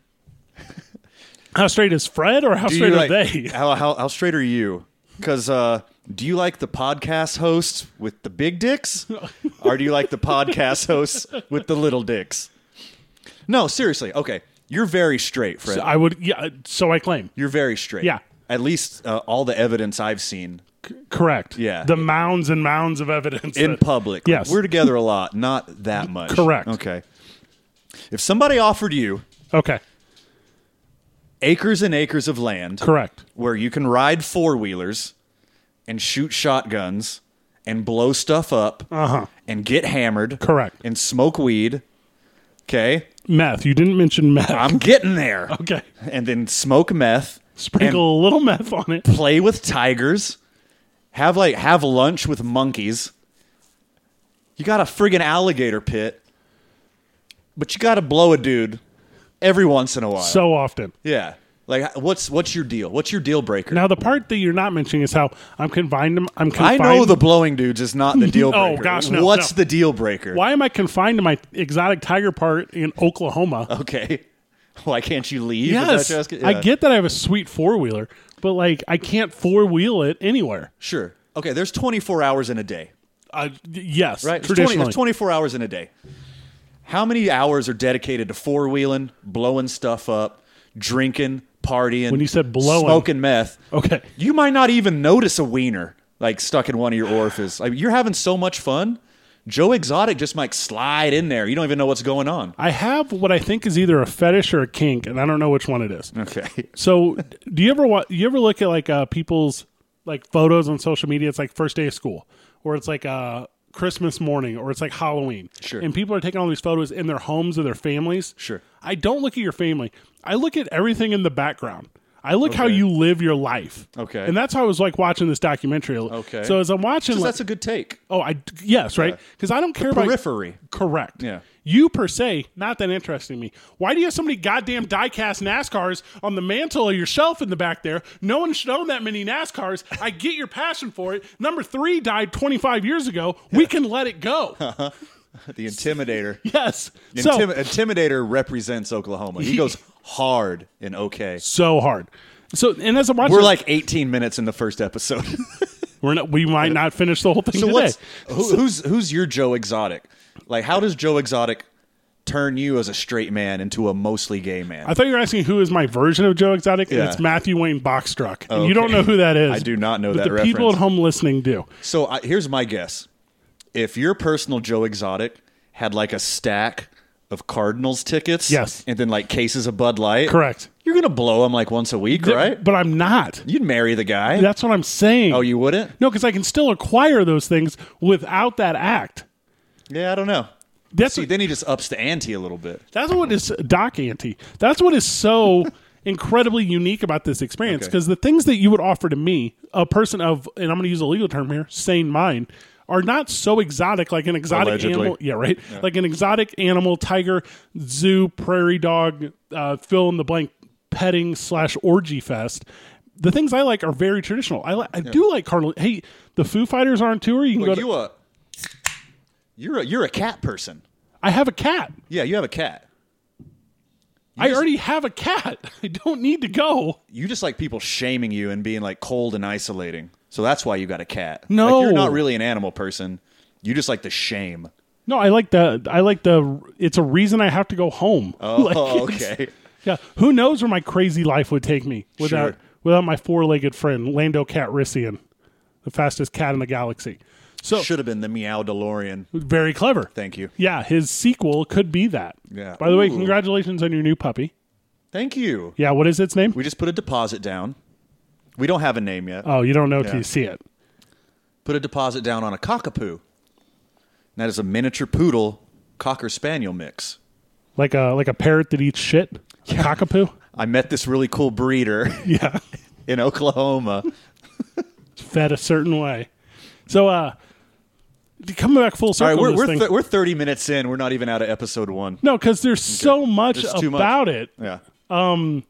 [SPEAKER 1] how straight is Fred or how
[SPEAKER 2] Do you,
[SPEAKER 1] straight are
[SPEAKER 2] like- [laughs]
[SPEAKER 1] they?
[SPEAKER 2] How, how how straight are you? Because uh, Do you like the podcast hosts with the
[SPEAKER 1] [laughs]
[SPEAKER 2] big dicks? or do you like the podcast hosts with the little dicks? No, seriously. Okay. You're very straight, Fred.
[SPEAKER 1] I would, yeah. So I claim,
[SPEAKER 2] You're very straight.
[SPEAKER 1] Yeah.
[SPEAKER 2] At least uh, all the evidence I've seen
[SPEAKER 1] correct.
[SPEAKER 2] Yeah.
[SPEAKER 1] the mounds and mounds of evidence
[SPEAKER 2] in
[SPEAKER 1] that-
[SPEAKER 2] public. Like,
[SPEAKER 1] Yes.
[SPEAKER 2] we're together a lot, not that much.
[SPEAKER 1] Correct.
[SPEAKER 2] Okay. If somebody offered you
[SPEAKER 1] Okay,
[SPEAKER 2] acres and acres of land
[SPEAKER 1] correct.
[SPEAKER 2] where you can ride four wheelers and shoot shotguns and blow stuff up
[SPEAKER 1] Uh-huh.
[SPEAKER 2] and get hammered.
[SPEAKER 1] Correct.
[SPEAKER 2] And smoke weed. Okay.
[SPEAKER 1] Meth. You didn't mention meth.
[SPEAKER 2] I'm getting there.
[SPEAKER 1] [laughs] okay,
[SPEAKER 2] And then smoke meth.
[SPEAKER 1] sprinkle a little meth on it.
[SPEAKER 2] And play with tigers. Have like have lunch with monkeys. You got a friggin' alligator pit. But you gotta blow a dude every once in a while.
[SPEAKER 1] So often.
[SPEAKER 2] yeah. Like what's what's your deal? What's your deal breaker?
[SPEAKER 1] Now the part that you're not mentioning is how I'm confined. To, I'm
[SPEAKER 2] I
[SPEAKER 1] confined.
[SPEAKER 2] know the blowing dudes is not the
[SPEAKER 1] [laughs]
[SPEAKER 2] deal
[SPEAKER 1] Oh,
[SPEAKER 2] breaker.
[SPEAKER 1] gosh, no,
[SPEAKER 2] What's
[SPEAKER 1] no.
[SPEAKER 2] the deal breaker?
[SPEAKER 1] Why am I confined to my exotic tiger part in Oklahoma?
[SPEAKER 2] [laughs] Okay. Why can't Uh, you leave? Is that
[SPEAKER 1] yes,
[SPEAKER 2] what you're asking?
[SPEAKER 1] I
[SPEAKER 2] Yeah.
[SPEAKER 1] get that I have a sweet four wheeler, but like I can't four wheel it anywhere.
[SPEAKER 2] Sure. Okay, there's 24 hours in a day.
[SPEAKER 1] Uh, y- yes,
[SPEAKER 2] Right? There's, 20
[SPEAKER 1] Traditionally,
[SPEAKER 2] there's 24 hours in a day. How many hours are dedicated to four wheeling, blowing stuff up, drinking, partying?
[SPEAKER 1] When you said blowing- Oh.
[SPEAKER 2] smoking meth.
[SPEAKER 1] okay.
[SPEAKER 2] You might not even notice a wiener like stuck in one of your orifices. Like, you're having so much fun. Joe Exotic just might slide in there. You don't even know what's going on.
[SPEAKER 1] I have what I think is either a fetish or a kink, and I don't know which one it is.
[SPEAKER 2] [laughs] Okay.
[SPEAKER 1] So, [laughs] do you ever wa- you ever look at like uh, people's like photos on social media? It's like first day of school, or it's like uh, Christmas morning, or it's like Halloween.
[SPEAKER 2] Sure.
[SPEAKER 1] And people are taking all these photos in their homes of their families.
[SPEAKER 2] Sure.
[SPEAKER 1] I don't look at your family. I look at everything in the background. I look how you live your life.
[SPEAKER 2] Okay.
[SPEAKER 1] And that's how I was like watching this documentary.
[SPEAKER 2] Okay.
[SPEAKER 1] So as I'm watching, like,
[SPEAKER 2] That's a good take.
[SPEAKER 1] oh, I yes, right, because I don't care about
[SPEAKER 2] Periphery.
[SPEAKER 1] Correct.
[SPEAKER 2] Yeah.
[SPEAKER 1] You per se, not that interesting to me. Why do you have so many goddamn diecast NASCARs on the mantle of your shelf in the back there? No one should own that many NASCARs. I get your passion for it. Number three died 25 years ago. We can let it go.
[SPEAKER 2] The
[SPEAKER 1] [laughs]
[SPEAKER 2] Intimidator.
[SPEAKER 1] yes.
[SPEAKER 2] Intim-
[SPEAKER 1] So,
[SPEAKER 2] Intimidator represents Oklahoma.
[SPEAKER 1] [laughs]
[SPEAKER 2] He goes hard and okay.
[SPEAKER 1] so hard. So, and as I'm watching,
[SPEAKER 2] We're like 18 minutes in the first episode. [laughs]
[SPEAKER 1] we're not, we might not finish the whole thing
[SPEAKER 2] so
[SPEAKER 1] today. [laughs]
[SPEAKER 2] what's who, who's who's your Joe Exotic? Like, how does Joe Exotic turn you as a straight man into a mostly gay man?
[SPEAKER 1] I thought you were asking who is my version of Joe Exotic,
[SPEAKER 2] Yeah.
[SPEAKER 1] and it's Matthew Wayne Boxtruck. And you
[SPEAKER 2] Okay.
[SPEAKER 1] don't know who that is.
[SPEAKER 2] I do not know
[SPEAKER 1] but
[SPEAKER 2] that
[SPEAKER 1] The people
[SPEAKER 2] reference.
[SPEAKER 1] at home listening do.
[SPEAKER 2] so I, here's my guess: if your personal Joe Exotic had like a stack of Cardinals tickets,
[SPEAKER 1] Yes.
[SPEAKER 2] and then like cases of Bud Light,
[SPEAKER 1] Correct.
[SPEAKER 2] You're gonna blow him like once a week, right?
[SPEAKER 1] But I'm not.
[SPEAKER 2] You'd marry the
[SPEAKER 1] [laughs]
[SPEAKER 2] guy.
[SPEAKER 1] That's what I'm saying.
[SPEAKER 2] oh, you wouldn't?
[SPEAKER 1] No, because I can still acquire those things without that act.
[SPEAKER 2] Yeah, I don't know.
[SPEAKER 1] That's
[SPEAKER 2] See, then he just ups the ante a little bit.
[SPEAKER 1] that's what is doc ante. That's what is
[SPEAKER 2] [laughs]
[SPEAKER 1] so incredibly unique about this experience.
[SPEAKER 2] Okay.
[SPEAKER 1] Because the things that you would offer to me, a person of, and I'm going to use a legal term here, sane mind, are not so exotic like an exotic
[SPEAKER 2] Allegedly.
[SPEAKER 1] animal. Yeah, right. Like an exotic animal, tiger, zoo, prairie dog, uh, fill in the blank, petting slash orgy fest. The things I like are very traditional. I, li- I do like carnal. Hey, the Foo Fighters are on tour. You can go
[SPEAKER 2] But
[SPEAKER 1] to
[SPEAKER 2] you a you're a you're a cat person.
[SPEAKER 1] I have a cat.
[SPEAKER 2] Yeah, you have a cat.
[SPEAKER 1] I already have a cat. [laughs] I don't need to go.
[SPEAKER 2] You just like people shaming you and being like cold and isolating. So that's why you got a cat. Like,
[SPEAKER 1] No.
[SPEAKER 2] you're not really an animal person. You just like the shame. [laughs]
[SPEAKER 1] No, I like the. I like the. It's a reason I have to go home. [laughs]
[SPEAKER 2] Oh,
[SPEAKER 1] Like, it's-
[SPEAKER 2] okay.
[SPEAKER 1] Yeah. Who knows where my crazy life would take me without
[SPEAKER 2] Sure.
[SPEAKER 1] without my four legged friend Lando Calrissian, the fastest cat in the galaxy. [laughs] So
[SPEAKER 2] Should have been the meow DeLorean.
[SPEAKER 1] very clever.
[SPEAKER 2] Thank you.
[SPEAKER 1] Yeah, his sequel could be that.
[SPEAKER 2] Yeah.
[SPEAKER 1] By the way,
[SPEAKER 2] Ooh.
[SPEAKER 1] congratulations on your new puppy.
[SPEAKER 2] Thank you.
[SPEAKER 1] Yeah. What is its name?
[SPEAKER 2] We just put a deposit down. We don't have a name yet.
[SPEAKER 1] oh, you don't know till
[SPEAKER 2] Yeah.
[SPEAKER 1] you see it.
[SPEAKER 2] Put a deposit down on a cockapoo. And that is a miniature poodle cocker spaniel mix.
[SPEAKER 1] Like a like a parrot that eats shit.
[SPEAKER 2] [laughs]
[SPEAKER 1] Cockapoo.
[SPEAKER 2] I met this really cool breeder [laughs]
[SPEAKER 1] Yeah.
[SPEAKER 2] in
[SPEAKER 1] [laughs]
[SPEAKER 2] Oklahoma.
[SPEAKER 1] fed a certain way. So, uh, coming back full
[SPEAKER 2] All
[SPEAKER 1] circle,
[SPEAKER 2] right, we're
[SPEAKER 1] this
[SPEAKER 2] we're,
[SPEAKER 1] thing-
[SPEAKER 2] th- we're 30 minutes in. We're not even out of episode 1.
[SPEAKER 1] no, because there's so much
[SPEAKER 2] There's too much.
[SPEAKER 1] about it.
[SPEAKER 2] Yeah.
[SPEAKER 1] And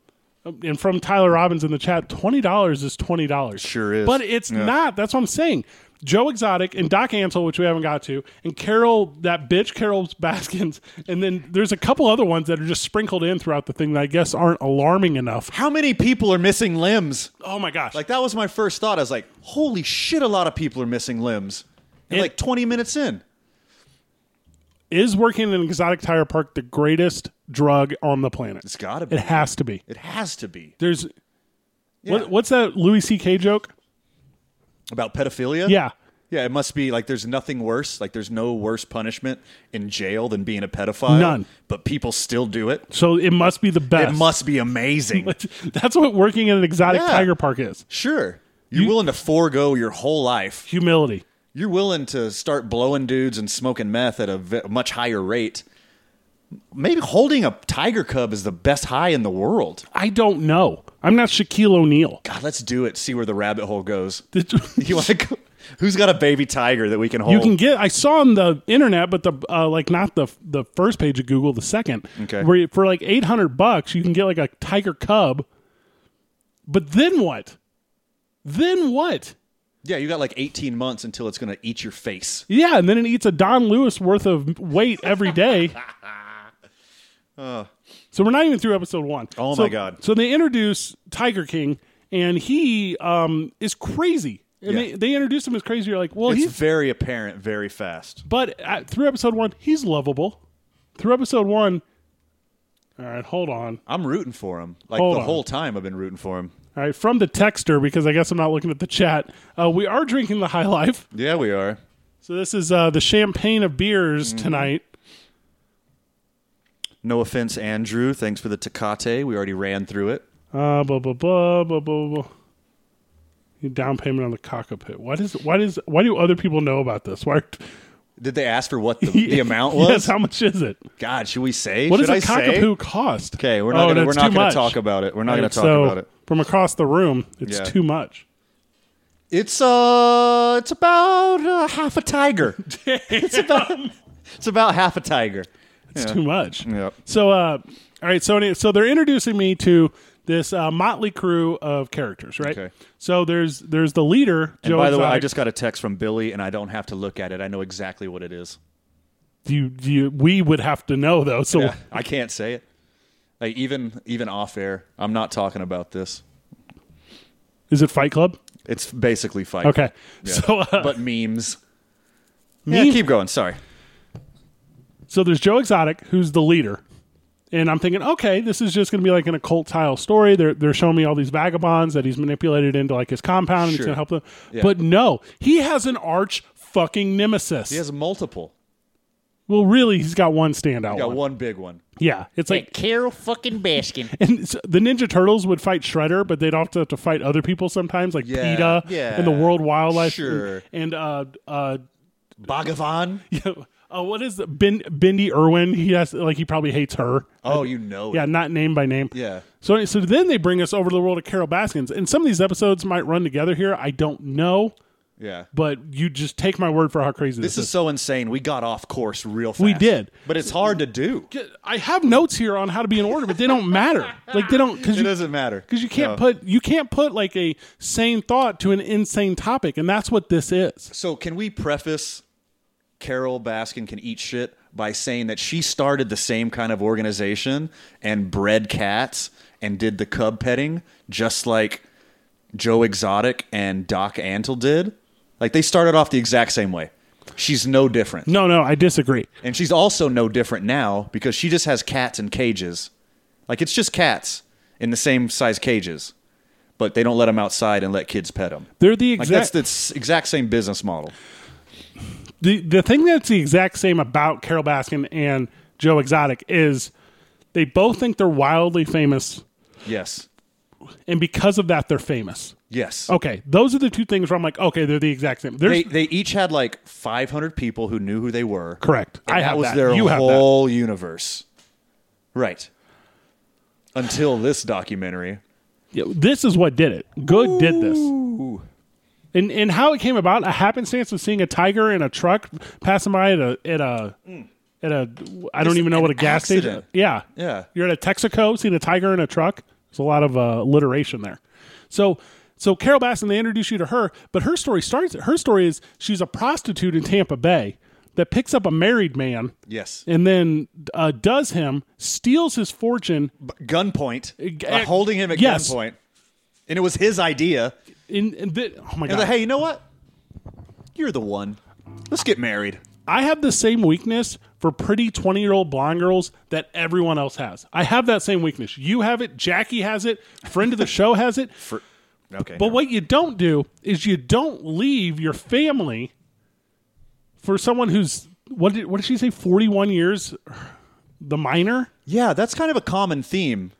[SPEAKER 1] from Tyler Robbins in the chat, twenty dollars is twenty dollars.
[SPEAKER 2] Sure is.
[SPEAKER 1] but it's
[SPEAKER 2] Yeah.
[SPEAKER 1] not. That's what I'm saying. Joe Exotic and Doc Ansel, which we haven't got to, and Carol, that bitch Carol Baskins, and then there's a couple other ones that are just sprinkled in throughout the thing that I guess aren't alarming enough.
[SPEAKER 2] How many people are missing limbs?
[SPEAKER 1] Oh my gosh!
[SPEAKER 2] Like that was my first thought. I was like, holy shit, a lot of people are missing limbs. And
[SPEAKER 1] It-
[SPEAKER 2] like 20 minutes in.
[SPEAKER 1] is working in an exotic tire park the greatest drug on the planet?
[SPEAKER 2] It's gotta be.
[SPEAKER 1] It has to be.
[SPEAKER 2] It has to be.
[SPEAKER 1] There's
[SPEAKER 2] Yeah.
[SPEAKER 1] what, what's that Louis C.K. joke?
[SPEAKER 2] About pedophilia?
[SPEAKER 1] Yeah,
[SPEAKER 2] Yeah, it must be like there's nothing worse. Like there's no worse punishment in jail than being a pedophile.
[SPEAKER 1] None.
[SPEAKER 2] But people still do it.
[SPEAKER 1] so it must be the best.
[SPEAKER 2] It must be
[SPEAKER 1] [laughs]
[SPEAKER 2] amazing.
[SPEAKER 1] That's what working in an exotic
[SPEAKER 2] Yeah.
[SPEAKER 1] tiger park is.
[SPEAKER 2] sure. You're willing to forego your whole life.
[SPEAKER 1] Humility.
[SPEAKER 2] You're willing to start blowing dudes and smoking meth at a ve- much higher rate. Maybe holding a tiger cub is the best high in the world.
[SPEAKER 1] I don't know. I'm not Shaquille O'Neal. [laughs]
[SPEAKER 2] God, let's do it. See where the rabbit hole goes.
[SPEAKER 1] you
[SPEAKER 2] You want to go? Who's got a baby tiger that we can hold?
[SPEAKER 1] can get. I saw on the internet, but the uh, like not the the first page of Google, the second.
[SPEAKER 2] Okay.
[SPEAKER 1] Where you- for like 800 bucks, you can get like a tiger cub. But then what? Then what?
[SPEAKER 2] yeah, you got like 18 months until it's going to eat your face.
[SPEAKER 1] Yeah, and then it eats a Don Lewis worth of weight every
[SPEAKER 2] [laughs]
[SPEAKER 1] day. so we're not even through episode one.
[SPEAKER 2] Oh
[SPEAKER 1] So-
[SPEAKER 2] my God.
[SPEAKER 1] So they introduce Tiger King, and he um, is crazy. And
[SPEAKER 2] Yeah.
[SPEAKER 1] they, they introduce him as crazy. You're like, well,
[SPEAKER 2] It's
[SPEAKER 1] he's
[SPEAKER 2] very apparent very fast.
[SPEAKER 1] But uh through episode one, he's lovable. Through episode one, all right, hold on.
[SPEAKER 2] I'm rooting for him. Like
[SPEAKER 1] Hold
[SPEAKER 2] the
[SPEAKER 1] on.
[SPEAKER 2] whole time I've been rooting for him.
[SPEAKER 1] All right, from the texter, because I guess I'm not looking at the chat. Uh, we are drinking the high life.
[SPEAKER 2] Yeah, we are.
[SPEAKER 1] So this is uh, the champagne of beers
[SPEAKER 2] Mm-hmm.
[SPEAKER 1] tonight.
[SPEAKER 2] No offense, Andrew. Thanks for the Tecate. We already ran through it.
[SPEAKER 1] Uh, blah, blah, blah, blah, blah, blah. Your down payment on the cockpit. What is, what is, why do other people know about this? [laughs] Why,
[SPEAKER 2] Did they ask for
[SPEAKER 1] [laughs]
[SPEAKER 2] what the, the amount was?
[SPEAKER 1] Yes, how much is it?
[SPEAKER 2] God, should we say?
[SPEAKER 1] What
[SPEAKER 2] should
[SPEAKER 1] does
[SPEAKER 2] I
[SPEAKER 1] a cockapoo
[SPEAKER 2] say?
[SPEAKER 1] cost?
[SPEAKER 2] Okay, we're not
[SPEAKER 1] Oh,
[SPEAKER 2] gonna, we're
[SPEAKER 1] that's
[SPEAKER 2] not
[SPEAKER 1] too
[SPEAKER 2] going
[SPEAKER 1] much.
[SPEAKER 2] to talk about it. We're not going
[SPEAKER 1] Right,
[SPEAKER 2] to talk
[SPEAKER 1] so,
[SPEAKER 2] about it.
[SPEAKER 1] From across the room, it's
[SPEAKER 2] Yeah.
[SPEAKER 1] too much.
[SPEAKER 2] It's uh, it's about uh, half
[SPEAKER 1] [laughs]
[SPEAKER 2] a tiger. it's about it's about half a tiger.
[SPEAKER 1] It's too much.
[SPEAKER 2] Yep.
[SPEAKER 1] So, uh, all right. So, any- so they're introducing me to this uh, motley crew of characters, right?
[SPEAKER 2] Okay.
[SPEAKER 1] So there's there's the leader.
[SPEAKER 2] And
[SPEAKER 1] Joe
[SPEAKER 2] by the way, I
[SPEAKER 1] Exotic.
[SPEAKER 2] just got a text from Billy, and I don't have to look at it. I know exactly what it is.
[SPEAKER 1] Do you, do you, we would have to know though. So
[SPEAKER 2] I can't say it. Like even even off air, I'm not talking about this.
[SPEAKER 1] is it Fight Club?
[SPEAKER 2] It's basically fight.
[SPEAKER 1] Okay.
[SPEAKER 2] Yeah.
[SPEAKER 1] So uh, [laughs]
[SPEAKER 2] but memes.
[SPEAKER 1] Meme-
[SPEAKER 2] Yeah, keep going. Sorry.
[SPEAKER 1] so there's Joe Exotic, who's the leader. And I'm thinking, okay, this is just going to be like an occult style story. They're, they're showing me all these vagabonds that he's manipulated into like his compound and he's
[SPEAKER 2] Sure.
[SPEAKER 1] going to help them. But no, he has an arch fucking nemesis.
[SPEAKER 2] He has multiple.
[SPEAKER 1] well, really, he's got one standout.
[SPEAKER 2] Got
[SPEAKER 1] one.
[SPEAKER 2] one big one.
[SPEAKER 1] Yeah, it's like
[SPEAKER 3] Like Carol fucking Baskin.
[SPEAKER 1] And so the Ninja Turtles would fight Shredder, but they'd also have to fight other people sometimes, like
[SPEAKER 2] Yeah,
[SPEAKER 1] PETA
[SPEAKER 2] yeah,
[SPEAKER 1] and the World Wildlife.
[SPEAKER 2] sure.
[SPEAKER 1] And, and, uh, uh, [laughs]
[SPEAKER 2] Bhagavan.
[SPEAKER 1] uh, what is the, ben, Bendy Irwin? He has like he probably hates her.
[SPEAKER 2] Oh, you know.
[SPEAKER 1] Yeah,
[SPEAKER 2] It.
[SPEAKER 1] not name by name.
[SPEAKER 2] Yeah.
[SPEAKER 1] So so then they bring us over to the world of Carol Baskins, and some of these episodes might run together here. I don't know,
[SPEAKER 2] Yeah.
[SPEAKER 1] but you just take my word for how crazy this,
[SPEAKER 2] This is so insane. We got off course real fast.
[SPEAKER 1] We did.
[SPEAKER 2] But it's hard to do.
[SPEAKER 1] is. I have notes here on how to be in order, but they don't matter. Like they don't because
[SPEAKER 2] It
[SPEAKER 1] you
[SPEAKER 2] doesn't matter.
[SPEAKER 1] because you can't
[SPEAKER 2] No.
[SPEAKER 1] put you can't put like a sane thought to an insane topic and that's what this is
[SPEAKER 2] So can we preface Carol Baskin can eat shit by saying that she started the same kind of organization and bred cats and did the cub petting just like Joe Exotic and Doc Antle did? Like they started off the exact same way. She's no different.
[SPEAKER 1] no no i disagree
[SPEAKER 2] And she's also no different now because she just has cats in cages. Like it's just cats in the same size cages. But they don't let them outside and let kids pet them.
[SPEAKER 1] they're the
[SPEAKER 2] Like
[SPEAKER 1] exact
[SPEAKER 2] that's the exact same business model.
[SPEAKER 1] the, the thing that's the exact same about carol baskin and joe exotic is they both think they're wildly famous
[SPEAKER 2] Yes.
[SPEAKER 1] and because of that they're famous
[SPEAKER 2] Yes.
[SPEAKER 1] okay those are the two things where i'm like okay they're the exact same There's,
[SPEAKER 2] They they each had like 500 people who knew who they were.
[SPEAKER 1] correct
[SPEAKER 2] And
[SPEAKER 1] i
[SPEAKER 2] that
[SPEAKER 1] have
[SPEAKER 2] was
[SPEAKER 1] that
[SPEAKER 2] their
[SPEAKER 1] you have that
[SPEAKER 2] whole universe. Right. Until this documentary.
[SPEAKER 1] Yeah, this is what did it good did this
[SPEAKER 2] Ooh.
[SPEAKER 1] And and how it came about, a happenstance of seeing a tiger in a truck passing by at a at a at a I don't
[SPEAKER 2] It's
[SPEAKER 1] even know what a
[SPEAKER 2] Mm. an
[SPEAKER 1] gas station.
[SPEAKER 2] accident.
[SPEAKER 1] Yeah,
[SPEAKER 2] Yeah.
[SPEAKER 1] You're at a Texaco, seeing a tiger in a truck. There's a lot of uh, alliteration there. So So Carol Baskin, they introduce you to her, but her story starts. Her story is she's a prostitute in Tampa Bay that picks up a married man
[SPEAKER 2] Yes.
[SPEAKER 1] and then uh, does him, steals his fortune.
[SPEAKER 2] Gunpoint.
[SPEAKER 1] Uh,
[SPEAKER 2] Uh, holding him at
[SPEAKER 1] yes.
[SPEAKER 2] gunpoint. And it was his idea.
[SPEAKER 1] In, in the, oh my
[SPEAKER 2] And
[SPEAKER 1] god!
[SPEAKER 2] like, hey, you know what? You're the one. Let's get married.
[SPEAKER 1] I have the same weakness for pretty 20 year old blonde girls that everyone else has. I have that same weakness. You have it. Jackie has it. Friend of the show has it.
[SPEAKER 2] For, okay.
[SPEAKER 1] But what you don't do is you don't leave your family for someone who's what did what did she say? Forty one years, the minor.
[SPEAKER 2] Yeah, that's kind of a common theme.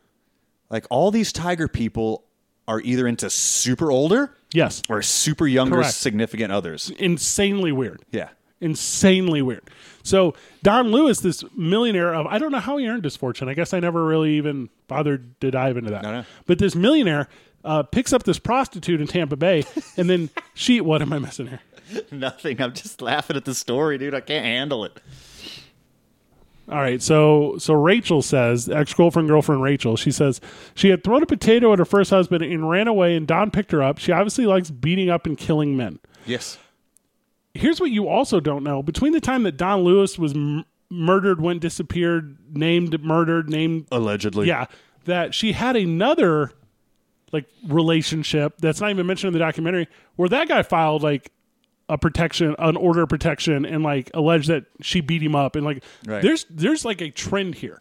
[SPEAKER 2] Like all these tiger people are either into super older
[SPEAKER 1] Yes,
[SPEAKER 2] or super younger
[SPEAKER 1] Correct.
[SPEAKER 2] significant others.
[SPEAKER 1] insanely weird.
[SPEAKER 2] Yeah.
[SPEAKER 1] Insanely weird. So Don Lewis, this millionaire of I don't know how he earned his fortune. I guess I never really even bothered to dive into that.
[SPEAKER 2] no.
[SPEAKER 1] But this millionaire uh, picks up this prostitute in Tampa Bay, and
[SPEAKER 2] [laughs]
[SPEAKER 1] then she. What am I missing here?
[SPEAKER 3] Nothing. I'm just laughing at the story, dude. I can't handle it.
[SPEAKER 1] All right, so so Rachel says, ex girlfriend, girlfriend Rachel, she says she had thrown a potato at her first husband and ran away, and Don picked her up. She obviously likes beating up and killing men.
[SPEAKER 2] Yes.
[SPEAKER 1] Here's what you also don't know: between the time that Don Lewis was m- murdered, went disappeared, named murdered, named
[SPEAKER 2] Allegedly.
[SPEAKER 1] yeah, that she had another like relationship that's not even mentioned in the documentary, where that guy filed like a protection, an order of protection, and like alleged that she beat him up, and like
[SPEAKER 2] Right.
[SPEAKER 1] there's there's like a trend here.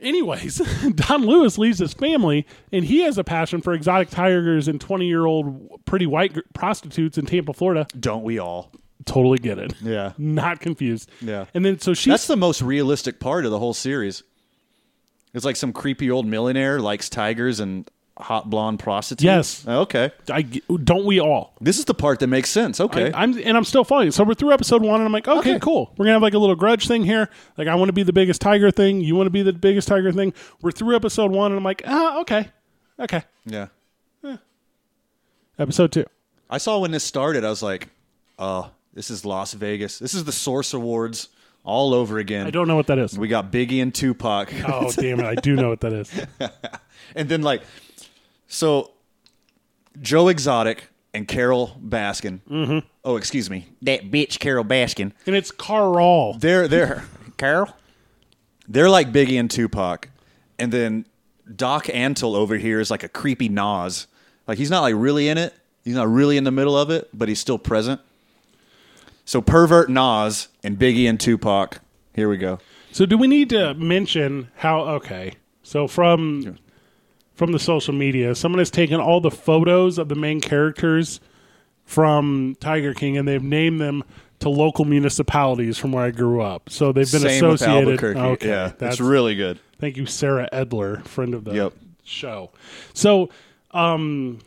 [SPEAKER 1] Anyways, [laughs] Don Lewis leaves his family, and he has a passion for exotic tigers and twenty-year-old pretty white gr- prostitutes in Tampa, Florida.
[SPEAKER 2] Don't we all?
[SPEAKER 1] Totally get it.
[SPEAKER 2] Yeah.
[SPEAKER 1] [laughs] Not confused.
[SPEAKER 2] Yeah.
[SPEAKER 1] And then so she's
[SPEAKER 2] That's the most realistic part of the whole series. It's like some creepy old millionaire likes tigers and hot blonde prostitutes.
[SPEAKER 1] Yes.
[SPEAKER 2] Okay.
[SPEAKER 1] I g- don't we all?
[SPEAKER 2] This is the part that makes sense. Okay.
[SPEAKER 1] I, am and I'm still following. it. So we're through episode one, and I'm like, okay,
[SPEAKER 2] Okay.
[SPEAKER 1] cool. We're gonna have like a little grudge thing here. Like I want to be the biggest tiger thing. You want to be the biggest tiger thing. We're through episode one, and I'm like, ah, okay, okay.
[SPEAKER 2] yeah.
[SPEAKER 1] Episode two.
[SPEAKER 2] I saw when this started, I was like, oh, this is Las Vegas. This is the Source Awards all over again.
[SPEAKER 1] I don't know what that is.
[SPEAKER 2] We got Biggie and Tupac.
[SPEAKER 1] Oh damn it! I do know what that is.
[SPEAKER 2] [laughs] And then like so Joe Exotic and Carol Baskin. Mm-hmm. Oh, excuse me.
[SPEAKER 3] [laughs] That bitch, Carol Baskin.
[SPEAKER 1] And it's Carl.
[SPEAKER 2] They're they're
[SPEAKER 3] Carol?
[SPEAKER 2] they're like Biggie and Tupac. And then Doc Antle over here is like a creepy Nas. Like he's not like really in it. He's not really in the middle of it, but he's still present. So pervert Nas and Biggie and Tupac. Here we go.
[SPEAKER 1] So do we need to mention how? Okay, so from from the social media, someone has taken all the photos of the main characters from Tiger King, and they've named them to local municipalities from where I grew up. So they've been
[SPEAKER 2] Same with
[SPEAKER 1] associated.
[SPEAKER 2] Albuquerque.
[SPEAKER 1] Okay,
[SPEAKER 2] yeah,
[SPEAKER 1] that's
[SPEAKER 2] it's really good.
[SPEAKER 1] Thank you, Sarah Edler, friend of the
[SPEAKER 2] Yep.
[SPEAKER 1] show. So, um,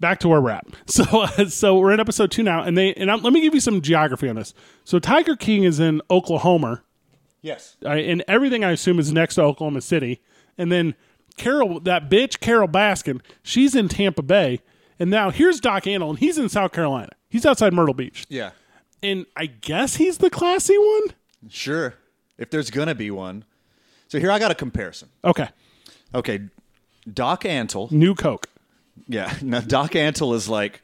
[SPEAKER 1] back to where we're at. [laughs] So, so we're in episode two now, and they and I'm, let me give you some geography on this. So, Tiger King is in Oklahoma,
[SPEAKER 2] Yes.
[SPEAKER 1] I, and everything I assume is next to Oklahoma City. And then Carol, that bitch Carol Baskin, she's in Tampa Bay, and now here's Doc Antle, and he's in South Carolina. He's outside Myrtle Beach,
[SPEAKER 2] Yeah.
[SPEAKER 1] and I guess he's the classy one.
[SPEAKER 2] Sure. If there's gonna be one. So here I got a comparison.
[SPEAKER 1] Okay,
[SPEAKER 2] Okay, Doc Antle.
[SPEAKER 1] New Coke.
[SPEAKER 2] Yeah, [laughs] now Doc Antle is like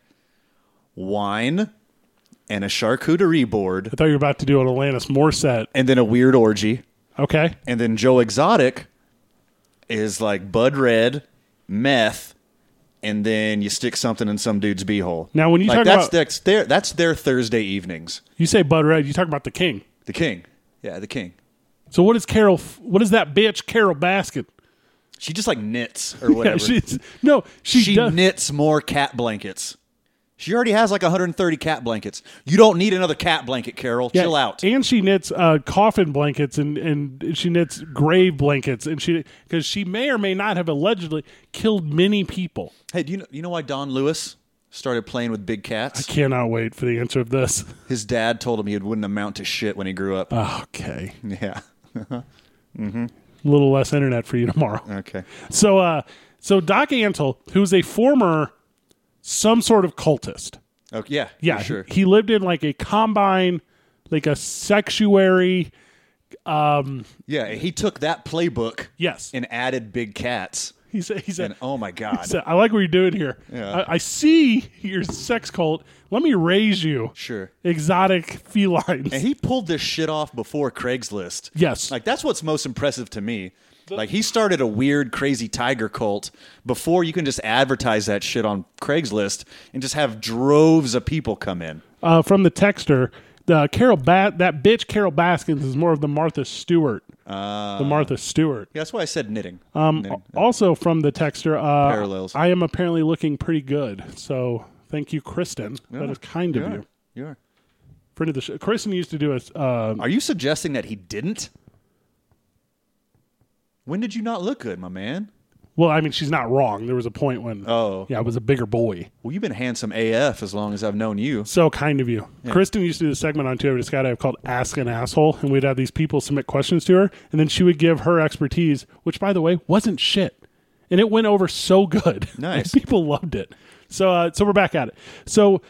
[SPEAKER 2] wine and a charcuterie board,
[SPEAKER 1] I thought you were about to do an Alanis Morissette.
[SPEAKER 2] and then a weird orgy,
[SPEAKER 1] Okay,
[SPEAKER 2] and then Joe Exotic is like Bud Red, meth, and then you stick something in some dude's beehole.
[SPEAKER 1] Now, when you
[SPEAKER 2] like
[SPEAKER 1] talk
[SPEAKER 2] that's
[SPEAKER 1] about-
[SPEAKER 2] that's their that's their Thursday evenings.
[SPEAKER 1] You say Bud Red, you talk about the king.
[SPEAKER 2] The King, yeah, the King.
[SPEAKER 1] So what is Carol? What is that bitch Carol Baskin? [laughs]
[SPEAKER 2] She just like knits or whatever.
[SPEAKER 1] she's no, she,
[SPEAKER 2] she
[SPEAKER 1] does.
[SPEAKER 2] knits more cat blankets. She already has like 130 cat blankets. You don't need another cat blanket, Carol.
[SPEAKER 1] yeah,
[SPEAKER 2] Chill out.
[SPEAKER 1] And she knits uh, coffin blankets and and she knits grave blankets and she because she may or may not have allegedly killed many people.
[SPEAKER 2] Hey, do you know, you know why Don Lewis started playing with big cats?
[SPEAKER 1] Cannot wait for the answer of this.
[SPEAKER 2] His dad told him he wouldn't amount to shit when he grew
[SPEAKER 1] Uh.
[SPEAKER 2] up.
[SPEAKER 1] Okay,
[SPEAKER 2] [laughs] yeah.
[SPEAKER 1] a little less internet for you tomorrow.
[SPEAKER 2] Okay.
[SPEAKER 1] So uh, so Doc Antle, who's a former some sort of cultist.
[SPEAKER 2] Okay. Yeah. for
[SPEAKER 1] Yeah,
[SPEAKER 2] Sure.
[SPEAKER 1] he, he lived in like a combine, like a sanctuary.
[SPEAKER 2] Yeah. He took that playbook.
[SPEAKER 1] Yes.
[SPEAKER 2] And added big cats.
[SPEAKER 1] He said, he said,
[SPEAKER 2] And oh my god,
[SPEAKER 1] he said, I like what you're doing here.
[SPEAKER 2] Yeah.
[SPEAKER 1] I, I see your sex cult. Let me raise you.
[SPEAKER 2] Sure.
[SPEAKER 1] Exotic [laughs] felines.
[SPEAKER 2] And he pulled this shit off before Craigslist.
[SPEAKER 1] Yes.
[SPEAKER 2] Like that's what's most impressive to me. Like he started a weird crazy tiger cult before you can just advertise that shit on Craigslist and just have droves of people come in.
[SPEAKER 1] uh, from the texter. The Carol ba- that bitch Carol Baskins is more of the Martha Stewart.
[SPEAKER 2] Ah.
[SPEAKER 1] the Martha Stewart.
[SPEAKER 2] Yeah, that's why I said knitting. Knitting.
[SPEAKER 1] Also from the texter. Um, Uh,
[SPEAKER 2] Parallels.
[SPEAKER 1] I am apparently looking pretty good. So thank you, Kristen. that is kind of
[SPEAKER 2] You are.
[SPEAKER 1] you.
[SPEAKER 2] You are.
[SPEAKER 1] Friend of the show. Kristen used to do a. Uh,
[SPEAKER 2] Are you suggesting that he didn't? When did you not look good, my man?
[SPEAKER 1] well, I mean, she's not wrong. There was a point when.
[SPEAKER 2] Oh.
[SPEAKER 1] Yeah, I was a bigger boy.
[SPEAKER 2] Well, you've been handsome AF as long as I've known you.
[SPEAKER 1] So kind of you. Kristen used to do a segment on Two Over Sky Dive called Ask an Asshole, and we'd have these people submit questions to her, and then she would give her expertise, which, by the way, wasn't shit. And it went over so good. [laughs]
[SPEAKER 2] Nice.
[SPEAKER 1] people loved it. So, uh, so we're back at it. So, all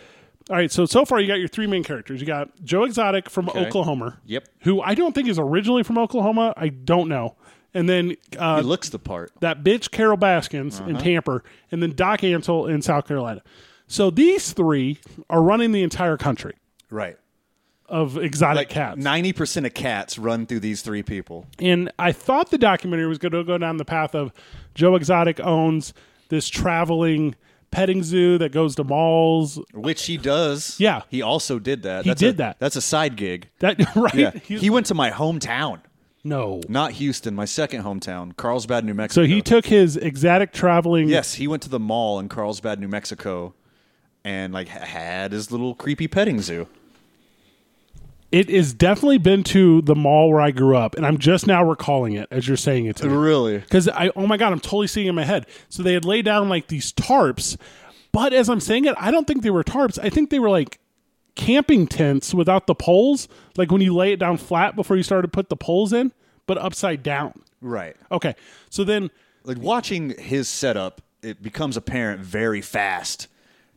[SPEAKER 1] right. So, so far, you got your three main characters. You got Joe Exotic from Oklahoma.
[SPEAKER 2] Yep.
[SPEAKER 1] Who I don't think is originally from Oklahoma. I don't know. And then uh,
[SPEAKER 2] He looks the part.
[SPEAKER 1] that bitch Carol Baskins in Tampa, and then Doc Antle in South Carolina. So these three are running the entire country
[SPEAKER 2] Right.
[SPEAKER 1] of exotic cats.
[SPEAKER 2] 90% of cats run through these three people.
[SPEAKER 1] and I thought the documentary was going to go down the path of Joe Exotic owns this traveling petting zoo that goes to malls.
[SPEAKER 2] Which he does.
[SPEAKER 1] Yeah.
[SPEAKER 2] He also did that. He
[SPEAKER 1] did
[SPEAKER 2] a,
[SPEAKER 1] that.
[SPEAKER 2] That's a side gig.
[SPEAKER 1] That [laughs] right?
[SPEAKER 2] Yeah.
[SPEAKER 1] He-
[SPEAKER 2] he went to my hometown,
[SPEAKER 1] no.
[SPEAKER 2] not Houston, my second hometown, Carlsbad, New Mexico.
[SPEAKER 1] So he took his exotic traveling.
[SPEAKER 2] Yes, he went to the mall in Carlsbad, New Mexico and like ha- had his little creepy petting zoo.
[SPEAKER 1] It has definitely been to the mall where I grew up, and I'm just now recalling it as you're saying it to me.
[SPEAKER 2] Really?
[SPEAKER 1] because I oh my god, I'm totally seeing it in my head. So they had laid down like these tarps, but as I'm saying it, I don't think they were tarps. I think they were like camping tents without the poles. Like when you lay it down flat before you start to put the poles in, but upside down.
[SPEAKER 2] Right.
[SPEAKER 1] Okay, so then
[SPEAKER 2] like watching his setup, it becomes apparent very fast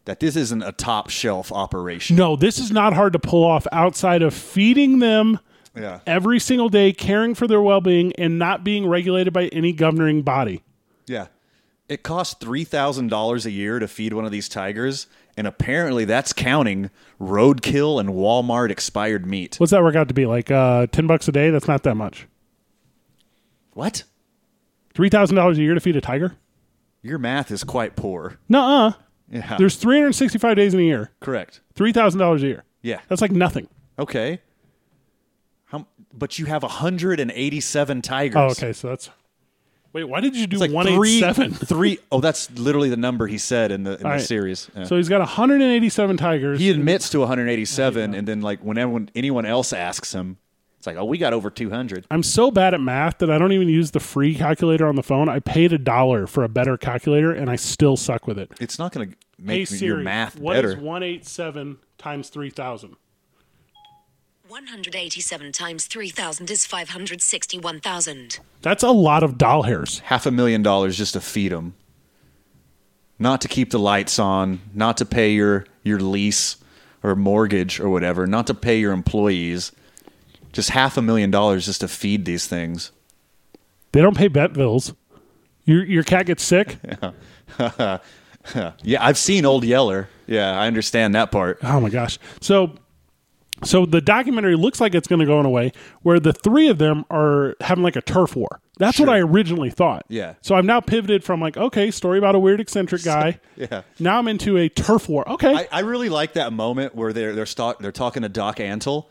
[SPEAKER 2] that this isn't a top shelf operation.
[SPEAKER 1] no, this is not hard to pull off outside of feeding them.
[SPEAKER 2] Yeah.
[SPEAKER 1] Every single day, caring for their well being and not being regulated by any governing body.
[SPEAKER 2] Yeah. It costs three thousand dollars a year to feed one of these tigers, and apparently that's counting roadkill and Walmart expired meat.
[SPEAKER 1] What's that work out to be? Like uh, 10 bucks a day? That's not that much.
[SPEAKER 2] What?
[SPEAKER 1] $3,000 a year to feed a tiger?
[SPEAKER 2] Your math is quite poor.
[SPEAKER 1] Nuh uh.
[SPEAKER 2] Yeah.
[SPEAKER 1] There's 365 days in a year,
[SPEAKER 2] correct.
[SPEAKER 1] three thousand dollars a year.
[SPEAKER 2] Yeah.
[SPEAKER 1] that's like nothing.
[SPEAKER 2] Okay. How, but you have 187 tigers.
[SPEAKER 1] Oh, okay, so that's. Wait, why did you do
[SPEAKER 2] It's like
[SPEAKER 1] one
[SPEAKER 2] three,
[SPEAKER 1] eight seven?
[SPEAKER 2] three. Oh, that's literally the number he said in the, in the series. [laughs] Yeah.
[SPEAKER 1] So he's got 187 tigers.
[SPEAKER 2] he admits to 187 and then like whenever when anyone else asks him it's like oh we got over 200
[SPEAKER 1] I'm so bad at math that I don't even use the free calculator on the phone. I paid a dollar for a better calculator, and I still suck with it.
[SPEAKER 2] it's not going to
[SPEAKER 1] Hey
[SPEAKER 2] make your
[SPEAKER 1] Siri,
[SPEAKER 2] math
[SPEAKER 1] what
[SPEAKER 2] better
[SPEAKER 1] is 187 times 3,000?
[SPEAKER 4] 187 times 3,000 is 561,000.
[SPEAKER 1] That's a lot of doll hairs.
[SPEAKER 2] half a million dollars just to feed them not to keep the lights on not to pay your your lease or mortgage or whatever not to pay your employees just half a million dollars just to feed these things
[SPEAKER 1] They don't pay vet bills. Your your cat gets sick.
[SPEAKER 2] yeah i've seen old yeller yeah i understand that part
[SPEAKER 1] Oh my gosh. So so the documentary looks like it's going to go in a way where the three of them are having like a turf war. That's what I originally thought.
[SPEAKER 2] Yeah.
[SPEAKER 1] So I've now pivoted from like okay, story about a weird
[SPEAKER 2] [laughs]
[SPEAKER 1] eccentric guy.
[SPEAKER 2] yeah.
[SPEAKER 1] Now I'm into a turf war. Okay.
[SPEAKER 2] I, I really like that moment where they're they're sta- they're talking to Doc Antle,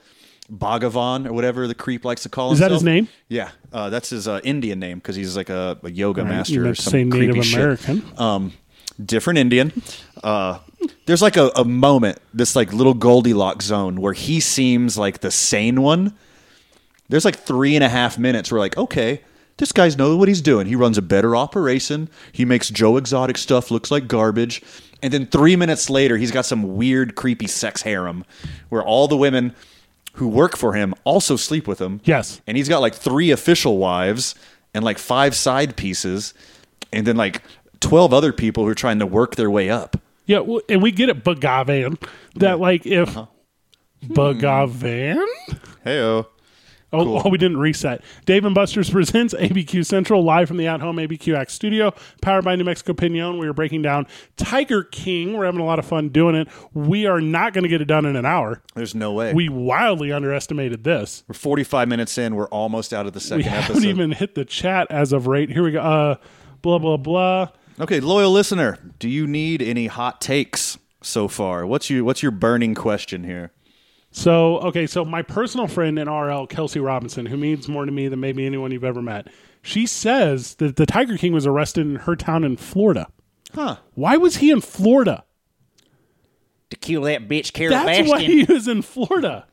[SPEAKER 2] Bhagavan or whatever the creep likes to call him.
[SPEAKER 1] Is that his name?
[SPEAKER 2] Yeah, uh, that's his uh, Indian name because he's like a, a yoga master
[SPEAKER 1] you meant
[SPEAKER 2] or
[SPEAKER 1] to
[SPEAKER 2] some
[SPEAKER 1] say
[SPEAKER 2] creepy
[SPEAKER 1] Native
[SPEAKER 2] shit.
[SPEAKER 1] American.
[SPEAKER 2] Um, different Indian. Uh, there's like a, a moment, this like little Goldilocks zone where he seems like the sane one. There's like three and a half minutes. We're like, okay, this guy's know what he's doing. He runs a better operation. He makes Joe Exotic stuff looks like garbage. And then three minutes later, he's got some weird, creepy sex harem where all the women who work for him also sleep with him.
[SPEAKER 1] Yes.
[SPEAKER 2] And he's got like three official wives and like five side pieces and then like 12 other people who are trying to work their way up.
[SPEAKER 1] yeah, well, and we get it
[SPEAKER 2] Uh-huh. Hmm.
[SPEAKER 1] Bagavan that like if Bagavan
[SPEAKER 2] Hey,
[SPEAKER 1] Oh, oh, we didn't reset. Dave and Buster's [laughs] presents ABQ Central live from the at home ABQ Act studio, powered by New Mexico Pinon. We are breaking down Tiger King. We're having a lot of fun doing it. We are not going to get it done in an hour.
[SPEAKER 2] There's no way.
[SPEAKER 1] We wildly underestimated this. [laughs]
[SPEAKER 2] We're 45 minutes in. We're almost out of the
[SPEAKER 1] We
[SPEAKER 2] second
[SPEAKER 1] haven't
[SPEAKER 2] episode.
[SPEAKER 1] even hit the chat as of right. Here we go. Uh, blah, blah, blah.
[SPEAKER 2] Okay, loyal listener, do you need any hot takes so far? What's your what's your burning question here?
[SPEAKER 1] So okay, so my personal friend in RL, Kelsey Robinson, who means more to me than maybe anyone you've ever met, she says that the Tiger King was arrested in her town in Florida.
[SPEAKER 2] Huh.
[SPEAKER 1] Why was he in Florida?
[SPEAKER 3] To kill that bitch Carol
[SPEAKER 1] That's
[SPEAKER 3] Baskin.
[SPEAKER 1] why he was in Florida.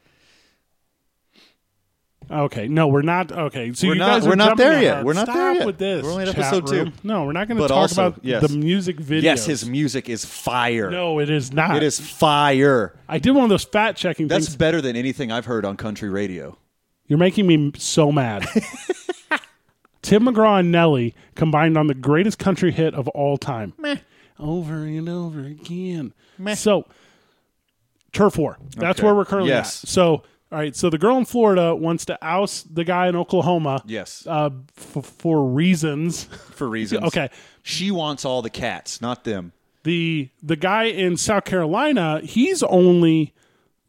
[SPEAKER 1] Okay, no, we're not. Okay, so
[SPEAKER 2] We're
[SPEAKER 1] you
[SPEAKER 2] not-
[SPEAKER 1] guys are
[SPEAKER 2] we're not
[SPEAKER 1] jumping
[SPEAKER 2] there
[SPEAKER 1] on
[SPEAKER 2] yet.
[SPEAKER 1] her.
[SPEAKER 2] We're not
[SPEAKER 1] Stop
[SPEAKER 2] there yet.
[SPEAKER 1] with this.
[SPEAKER 2] We're only at
[SPEAKER 1] chat
[SPEAKER 2] episode two.
[SPEAKER 1] room. No, we're not going to
[SPEAKER 2] But
[SPEAKER 1] talk
[SPEAKER 2] also,
[SPEAKER 1] about
[SPEAKER 2] yes.
[SPEAKER 1] the music video.
[SPEAKER 2] Yes, his music is fire.
[SPEAKER 1] No, it is not.
[SPEAKER 2] It is fire.
[SPEAKER 1] I did one of those fact checking
[SPEAKER 2] That's
[SPEAKER 1] things.
[SPEAKER 2] better than anything I've heard on country radio.
[SPEAKER 1] You're making me so mad. Tim McGraw and Nelly combined on the greatest country hit of all time. Over and over again. So, Turf War. That's
[SPEAKER 2] Okay.
[SPEAKER 1] where we're currently
[SPEAKER 2] Yes.
[SPEAKER 1] at. So, all right. So, the girl in Florida wants to oust the guy in Oklahoma.
[SPEAKER 2] Yes.
[SPEAKER 1] Uh, f- for reasons.
[SPEAKER 2] for reasons.
[SPEAKER 1] okay.
[SPEAKER 2] She wants all the cats, not them.
[SPEAKER 1] The the guy in South Carolina, he's only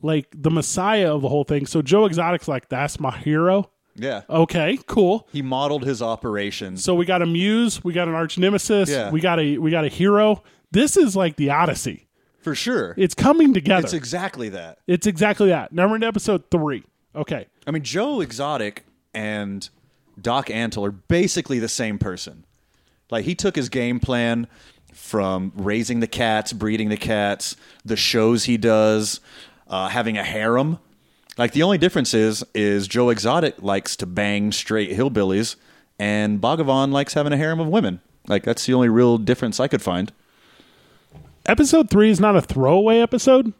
[SPEAKER 1] like the messiah of the whole thing. So Joe Exotic's like, that's my hero.
[SPEAKER 2] Yeah.
[SPEAKER 1] Oh. Okay, cool.
[SPEAKER 2] He modeled his operation.
[SPEAKER 1] So we got a muse, we got an arch nemesis,
[SPEAKER 2] Yeah.
[SPEAKER 1] we got a we got a hero. This is like the Odyssey.
[SPEAKER 2] for sure.
[SPEAKER 1] It's coming together.
[SPEAKER 2] it's exactly that.
[SPEAKER 1] It's exactly that. Now we're into episode three. Okay.
[SPEAKER 2] I mean, Joe Exotic and Doc Antle are basically the same person. Like he took his game plan from raising the cats, breeding the cats, the shows he does, uh, having a harem. Like the only difference is, is Joe Exotic likes to bang straight hillbillies, and Bhagavan likes having a harem of women. Like that's the only real difference I could find.
[SPEAKER 1] Episode three is not a throwaway episode,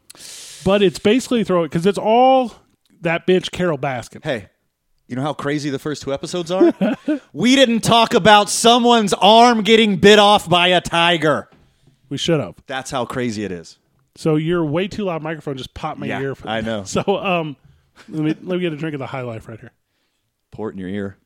[SPEAKER 1] but it's basically throwaway because it's all that bitch Carol Baskin.
[SPEAKER 2] Hey, you know how crazy the first two
[SPEAKER 1] [laughs]
[SPEAKER 2] episodes are? we didn't talk about someone's arm getting bit off by a tiger.
[SPEAKER 1] We should have.
[SPEAKER 2] That's how crazy it is.
[SPEAKER 1] So your way too loud microphone just popped my
[SPEAKER 2] Yeah,
[SPEAKER 1] ear. for-
[SPEAKER 2] I know.
[SPEAKER 1] [laughs] So um, let me let me get a drink of the High Life right here.
[SPEAKER 2] Port in your ear.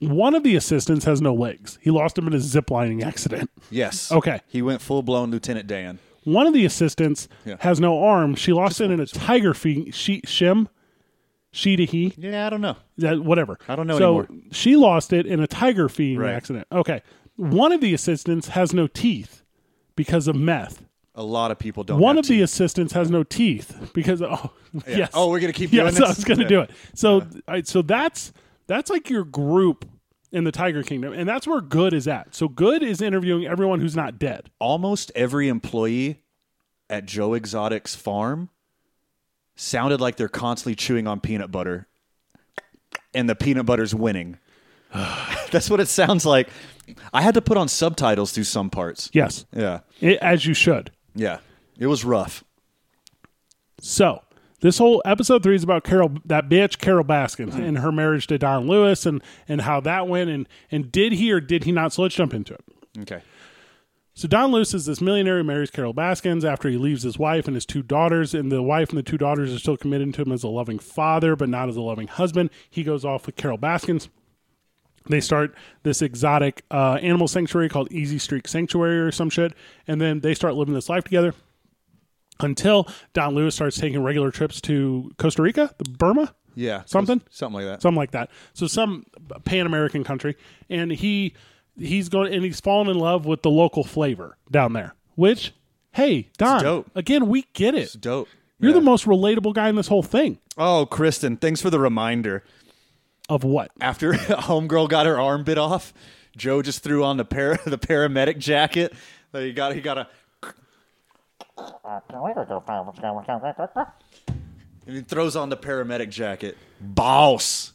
[SPEAKER 1] One of the assistants has no legs. He lost him in a ziplining accident.
[SPEAKER 2] Yes.
[SPEAKER 1] Okay.
[SPEAKER 2] He went full blown Lieutenant Dan.
[SPEAKER 1] One of the assistants
[SPEAKER 2] Yeah.
[SPEAKER 1] has no arm. She lost it in a tiger fee, she, shim, she to he,
[SPEAKER 2] Yeah, I don't know.
[SPEAKER 1] that, whatever.
[SPEAKER 2] I don't know
[SPEAKER 1] so
[SPEAKER 2] anymore.
[SPEAKER 1] She lost it in a tiger feeding
[SPEAKER 2] Right.
[SPEAKER 1] accident. Okay. One of the assistants has no teeth because of meth.
[SPEAKER 2] A lot of people don't.
[SPEAKER 1] One
[SPEAKER 2] have
[SPEAKER 1] of the assistants has no teeth because
[SPEAKER 2] [laughs]
[SPEAKER 1] oh yes.
[SPEAKER 2] Oh, we're gonna keep
[SPEAKER 1] yes,
[SPEAKER 2] doing
[SPEAKER 1] I
[SPEAKER 2] this?
[SPEAKER 1] was gonna
[SPEAKER 2] Yeah.
[SPEAKER 1] do it. So all right, so that's that's like your group in the Tiger Kingdom, and that's where Good is at. So Good is interviewing everyone who's not dead.
[SPEAKER 2] almost every employee at Joe Exotic's farm sounded like they're constantly chewing on peanut butter and the peanut butter's winning. [sighs] That's what it sounds like. I had to put on subtitles through some parts.
[SPEAKER 1] Yes,
[SPEAKER 2] Yeah.
[SPEAKER 1] It- as you should.
[SPEAKER 2] Yeah. It was rough.
[SPEAKER 1] So this whole episode three is about Carol, that bitch Carol Baskin, and her marriage to Don Lewis, and and how that went, and and did he or did he not? So let's jump into it.
[SPEAKER 2] Okay.
[SPEAKER 1] So Don Lewis is this millionaire who marries Carol Baskins after he leaves his wife and his two daughters, and the wife and the two daughters are still committed to him as a loving father, but not as a loving husband. He goes off with Carol Baskins. They start this exotic uh, animal sanctuary called Easy Streak Sanctuary or some shit, and then they start living this life together until Don Lewis starts taking regular trips to Costa Rica, the Burma,
[SPEAKER 2] Yeah.
[SPEAKER 1] Something?
[SPEAKER 2] Something like that.
[SPEAKER 1] something like that. So some Pan American country, and he he's going and he's fallen in love with the local flavor down there. Which, hey, Don,
[SPEAKER 2] dope.
[SPEAKER 1] again, we get it.
[SPEAKER 2] Dope.
[SPEAKER 1] You're
[SPEAKER 2] Yeah.
[SPEAKER 1] the most relatable guy in this whole thing.
[SPEAKER 2] Oh, Kristen, thanks for the reminder.
[SPEAKER 1] Of what?
[SPEAKER 2] after [laughs] homegirl got her arm bit off, Joe just threw on the para- [laughs] the paramedic jacket. That he got he got a [laughs] and he throws on the paramedic jacket. Boss.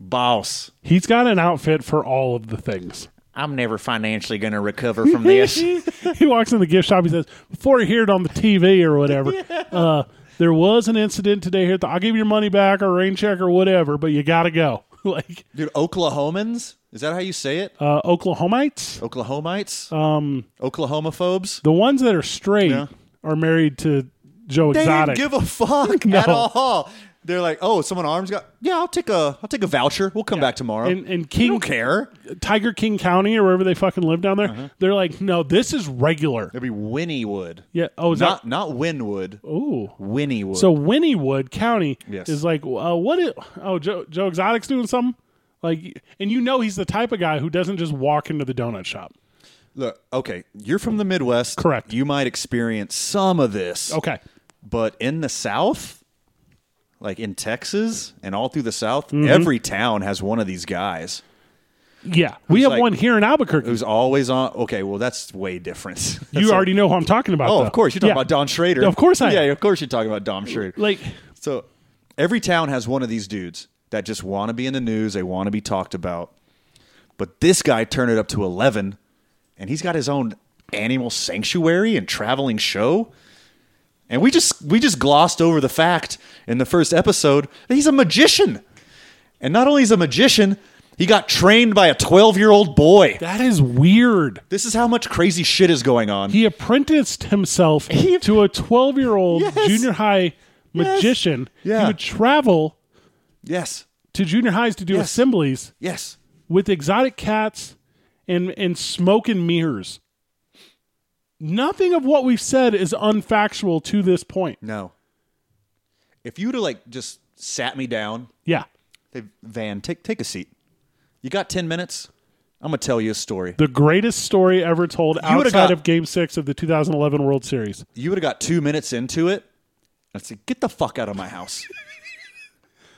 [SPEAKER 2] Boss.
[SPEAKER 1] He's got an outfit for all of the things.
[SPEAKER 3] I'm never financially going to recover from this.
[SPEAKER 1] [laughs] he walks in the gift shop. He says, "Before you hear it on the TV or whatever,
[SPEAKER 2] [laughs]
[SPEAKER 1] uh, there was an incident today here. At the, I'll give you your money back or rain check or whatever, but you got to go." [laughs] like
[SPEAKER 2] Dude, Oklahomans? Is that how you say it?
[SPEAKER 1] uh, Oklahomites,
[SPEAKER 2] Oklahomites? Um Oklahomophobes?
[SPEAKER 1] the ones that are straight are married to Joe
[SPEAKER 2] They
[SPEAKER 1] Exotic.
[SPEAKER 2] didn't give
[SPEAKER 1] [laughs]
[SPEAKER 2] a fuck
[SPEAKER 1] No.
[SPEAKER 2] at all. They're like, oh, someone arms got. Yeah, I'll take a, I'll take a voucher. We'll come back tomorrow.
[SPEAKER 1] and, and
[SPEAKER 2] I
[SPEAKER 1] King
[SPEAKER 2] don't care. Uh-huh.
[SPEAKER 1] Tiger King County or wherever they fucking live down there, they're like, no, this is regular.
[SPEAKER 2] It'd be Winniewood.
[SPEAKER 1] Yeah. Oh, is
[SPEAKER 2] not not Winwood.
[SPEAKER 1] that? Ooh.
[SPEAKER 2] Winniewood.
[SPEAKER 1] So Winniewood County
[SPEAKER 2] Yes.
[SPEAKER 1] is like, uh, what? Is, oh, Joe, Joe Exotic's doing something. Like, and you know he's the type of guy who doesn't just walk into the donut shop.
[SPEAKER 2] look, okay, you're from the Midwest,
[SPEAKER 1] Correct.
[SPEAKER 2] You might experience some of this,
[SPEAKER 1] Okay.
[SPEAKER 2] But in the South, like in Texas and all through the South,
[SPEAKER 1] Mm-hmm.
[SPEAKER 2] every town has one of these guys
[SPEAKER 1] Yeah, we have
[SPEAKER 2] like-
[SPEAKER 1] one here in Albuquerque.
[SPEAKER 2] who's always on. Okay, well that's way different. [laughs] That's
[SPEAKER 1] you
[SPEAKER 2] like-
[SPEAKER 1] already know who I'm talking about.
[SPEAKER 2] Oh,
[SPEAKER 1] though.
[SPEAKER 2] of course you're talking
[SPEAKER 1] Yeah.
[SPEAKER 2] about Don Schrader.
[SPEAKER 1] Of course I am.
[SPEAKER 2] Yeah, of course you're talking about Don Schrader.
[SPEAKER 1] Like,
[SPEAKER 2] So every town has one of these dudes that just want to be in the news. They want to be talked about. But this guy turned it up to 11, and he's got his own animal sanctuary and traveling show. And we just we just glossed over the fact in the first episode that he's a magician. And not only is he a magician, he got trained by a 12-year-old boy.
[SPEAKER 1] that is weird.
[SPEAKER 2] This is how much crazy shit is going on.
[SPEAKER 1] He apprenticed himself to a 12 year old
[SPEAKER 2] Yes.
[SPEAKER 1] junior high magician. He
[SPEAKER 2] Yeah.
[SPEAKER 1] would travel
[SPEAKER 2] yes.
[SPEAKER 1] to junior highs to do
[SPEAKER 2] Yes.
[SPEAKER 1] assemblies
[SPEAKER 2] Yes.
[SPEAKER 1] with exotic cats and and smoke and mirrors. Nothing of what we've said is unfactual to this point.
[SPEAKER 2] No. If you would have like just sat me down
[SPEAKER 1] Yeah.
[SPEAKER 2] They Van, take take a seat. You got ten minutes. I'm gonna tell you a story.
[SPEAKER 1] The greatest story ever told
[SPEAKER 2] would've
[SPEAKER 1] outside
[SPEAKER 2] got-
[SPEAKER 1] of Game 6 of the 2011 World Series.
[SPEAKER 2] You would have got two minutes into it. I said, "Get the fuck out of
[SPEAKER 1] [laughs]
[SPEAKER 2] my house!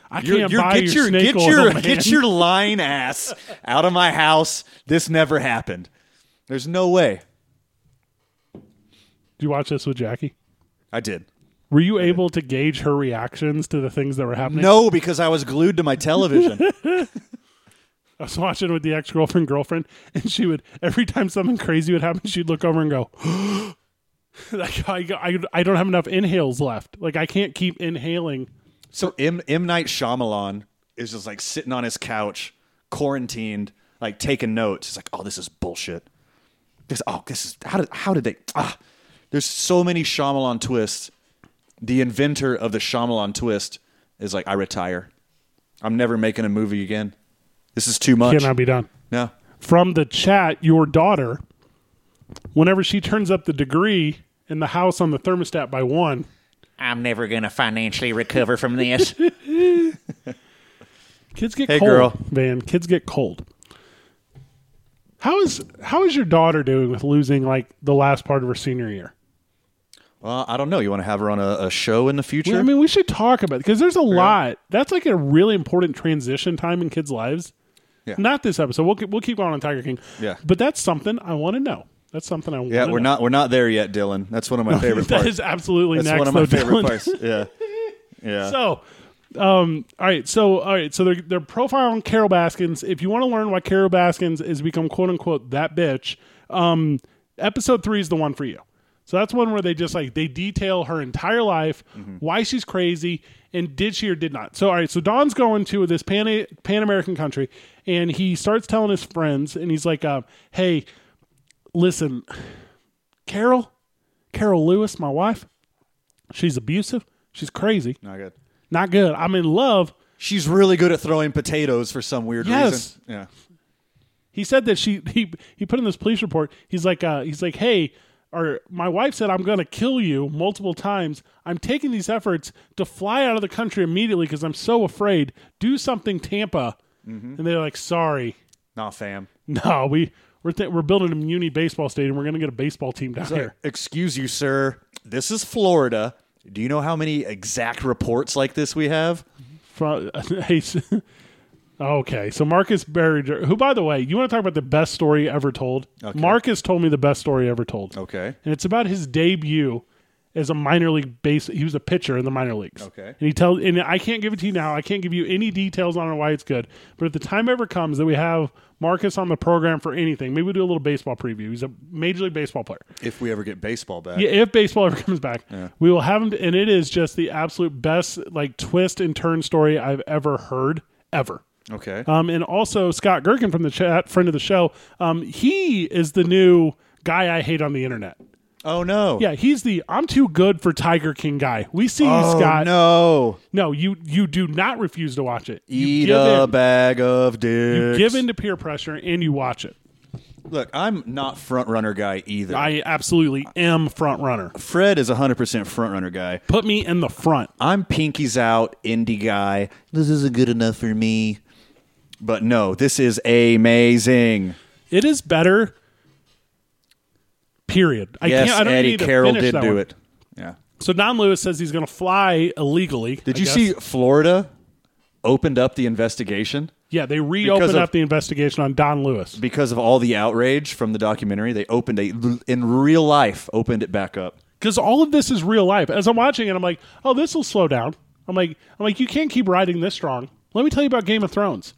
[SPEAKER 1] I
[SPEAKER 2] You're-
[SPEAKER 1] can't
[SPEAKER 2] you're-
[SPEAKER 1] buy your
[SPEAKER 2] get your
[SPEAKER 1] snake
[SPEAKER 2] get
[SPEAKER 1] oil,
[SPEAKER 2] your
[SPEAKER 1] man.
[SPEAKER 2] get your lying ass out of my house. This never happened. There's no way.
[SPEAKER 1] Did you watch this with Jackie?
[SPEAKER 2] I did.
[SPEAKER 1] Were you able to gauge her reactions to the things that were happening?
[SPEAKER 2] No, because I was glued to my television.
[SPEAKER 1] I was watching with the ex girlfriend, girlfriend, and she would every time something crazy would happen, she'd look over and go, [gasps] like I, I, I don't have enough inhales left. Like I can't keep inhaling.
[SPEAKER 2] So M M Night Shyamalan is just like sitting on his couch, quarantined, like taking notes. He's like, "Oh, this is bullshit. This oh, this is how did how did they? Ah, there's so many Shyamalan twists. The inventor of the Shyamalan twist is like, I retire. I'm never making a movie again. This is too much.
[SPEAKER 1] Cannot be done.
[SPEAKER 2] no,
[SPEAKER 1] From the chat, your daughter, whenever she turns up the degree in the house on the thermostat by one,
[SPEAKER 3] I'm never going to financially recover from this.
[SPEAKER 1] kids get
[SPEAKER 2] Hey,
[SPEAKER 1] cold.
[SPEAKER 2] girl.
[SPEAKER 1] Man, kids get cold. How is how is your daughter doing with losing like the last part of her senior year?
[SPEAKER 2] well, I don't know. You want to have her on a, a show in the future?
[SPEAKER 1] I mean, we should talk about it because there's a lot. That's like a really important transition time in kids' lives.
[SPEAKER 2] Yeah.
[SPEAKER 1] Not this episode. We'll, keep- we'll keep going on Tiger King.
[SPEAKER 2] Yeah.
[SPEAKER 1] But that's something I want to know. That's something I want
[SPEAKER 2] yeah, we're not we're not there yet, Dylan. That's one of my favorite
[SPEAKER 1] [laughs] That
[SPEAKER 2] parts.
[SPEAKER 1] is absolutely
[SPEAKER 2] That's
[SPEAKER 1] next,
[SPEAKER 2] one of my
[SPEAKER 1] though,
[SPEAKER 2] favorite
[SPEAKER 1] Dylan.
[SPEAKER 2] parts.
[SPEAKER 1] [laughs]
[SPEAKER 2] Yeah, yeah.
[SPEAKER 1] So, um, all right. So, all right. So they're, they're profiling Carol Baskins. If you want to learn why Carol Baskins has become quote unquote that bitch, um, episode three is the one for you. So that's one where they just like they detail her entire life, why she's crazy, and did she or did not. So all right, so Don's going to this pan Pan American country, and he starts telling his friends, and he's like, uh, "Hey, listen, Carol, Carol Lewis, my wife, she's abusive, she's crazy,
[SPEAKER 2] not good.
[SPEAKER 1] not good. I'm in love.
[SPEAKER 2] She's really good at throwing potatoes for some weird
[SPEAKER 1] Yes.
[SPEAKER 2] reason. Yeah.
[SPEAKER 1] He said that she he he put in this police report. He's like uh, he's like, hey, or my wife said I'm going to kill you multiple times. I'm taking these efforts to fly out of the country immediately because I'm so afraid. Do something, Tampa. And they're like, sorry, [laughs]
[SPEAKER 2] Nah, fam.
[SPEAKER 1] no, we we're th- we're building a muni baseball stadium. We're going to get a baseball team down here.
[SPEAKER 2] Excuse you, sir. This is Florida. Do you know how many exact reports like this we have?
[SPEAKER 1] Fro- [laughs] hey, s- okay, so Marcus Berger, who, by the way, you want to talk about the best story ever told? Marcus told me the best story ever told.
[SPEAKER 2] Okay.
[SPEAKER 1] And it's about his debut as a minor league base. He was a pitcher in the minor leagues.
[SPEAKER 2] Okay.
[SPEAKER 1] And he tells, and I can't give it to you now. I can't give you any details on why it's good. But if the time ever comes that we have Marcus on the program for anything, maybe we'll do a little baseball preview. He's a major league baseball player.
[SPEAKER 2] If we ever get baseball back.
[SPEAKER 1] Yeah, if baseball ever [laughs] comes back, we will have him. And it is just the absolute best like twist and turn story I've ever heard ever.
[SPEAKER 2] Okay.
[SPEAKER 1] Um, and also Scott Gerken from the chat, friend of the show. Um, he is the new guy I hate on the internet.
[SPEAKER 2] Oh no.
[SPEAKER 1] Yeah, he's the I'm too good for Tiger King guy. We see you,
[SPEAKER 2] Oh,
[SPEAKER 1] Scott.
[SPEAKER 2] No.
[SPEAKER 1] No, you you do not refuse to watch it. You
[SPEAKER 2] Eat
[SPEAKER 1] give
[SPEAKER 2] a
[SPEAKER 1] in.
[SPEAKER 2] bag of
[SPEAKER 1] You
[SPEAKER 2] dicks.
[SPEAKER 1] give in to peer pressure and you watch it.
[SPEAKER 2] Look, I'm not front runner guy either.
[SPEAKER 1] I absolutely am front runner.
[SPEAKER 2] Fred is 100% front runner guy.
[SPEAKER 1] Put me in the front.
[SPEAKER 2] I'm pinkies out indie guy. This isn't good enough for me. But no, this is amazing.
[SPEAKER 1] It is better. Period. I
[SPEAKER 2] yes,
[SPEAKER 1] can't, I don't
[SPEAKER 2] Eddie
[SPEAKER 1] need to
[SPEAKER 2] Carroll
[SPEAKER 1] finish
[SPEAKER 2] did
[SPEAKER 1] that
[SPEAKER 2] do
[SPEAKER 1] one.
[SPEAKER 2] it. Yeah.
[SPEAKER 1] So Don Lewis says he's going to fly illegally.
[SPEAKER 2] Did
[SPEAKER 1] I
[SPEAKER 2] you
[SPEAKER 1] guess.
[SPEAKER 2] see Florida opened up the investigation
[SPEAKER 1] Yeah, they reopened
[SPEAKER 2] of-
[SPEAKER 1] up the investigation on Don Lewis.
[SPEAKER 2] because of all the outrage from the documentary? They opened a in real life opened it back up.
[SPEAKER 1] because all of this is real life. As I'm watching it, I'm like, oh, this will slow down. I'm like, I'm like, you can't keep riding this strong. Let me tell you about Game of Thrones.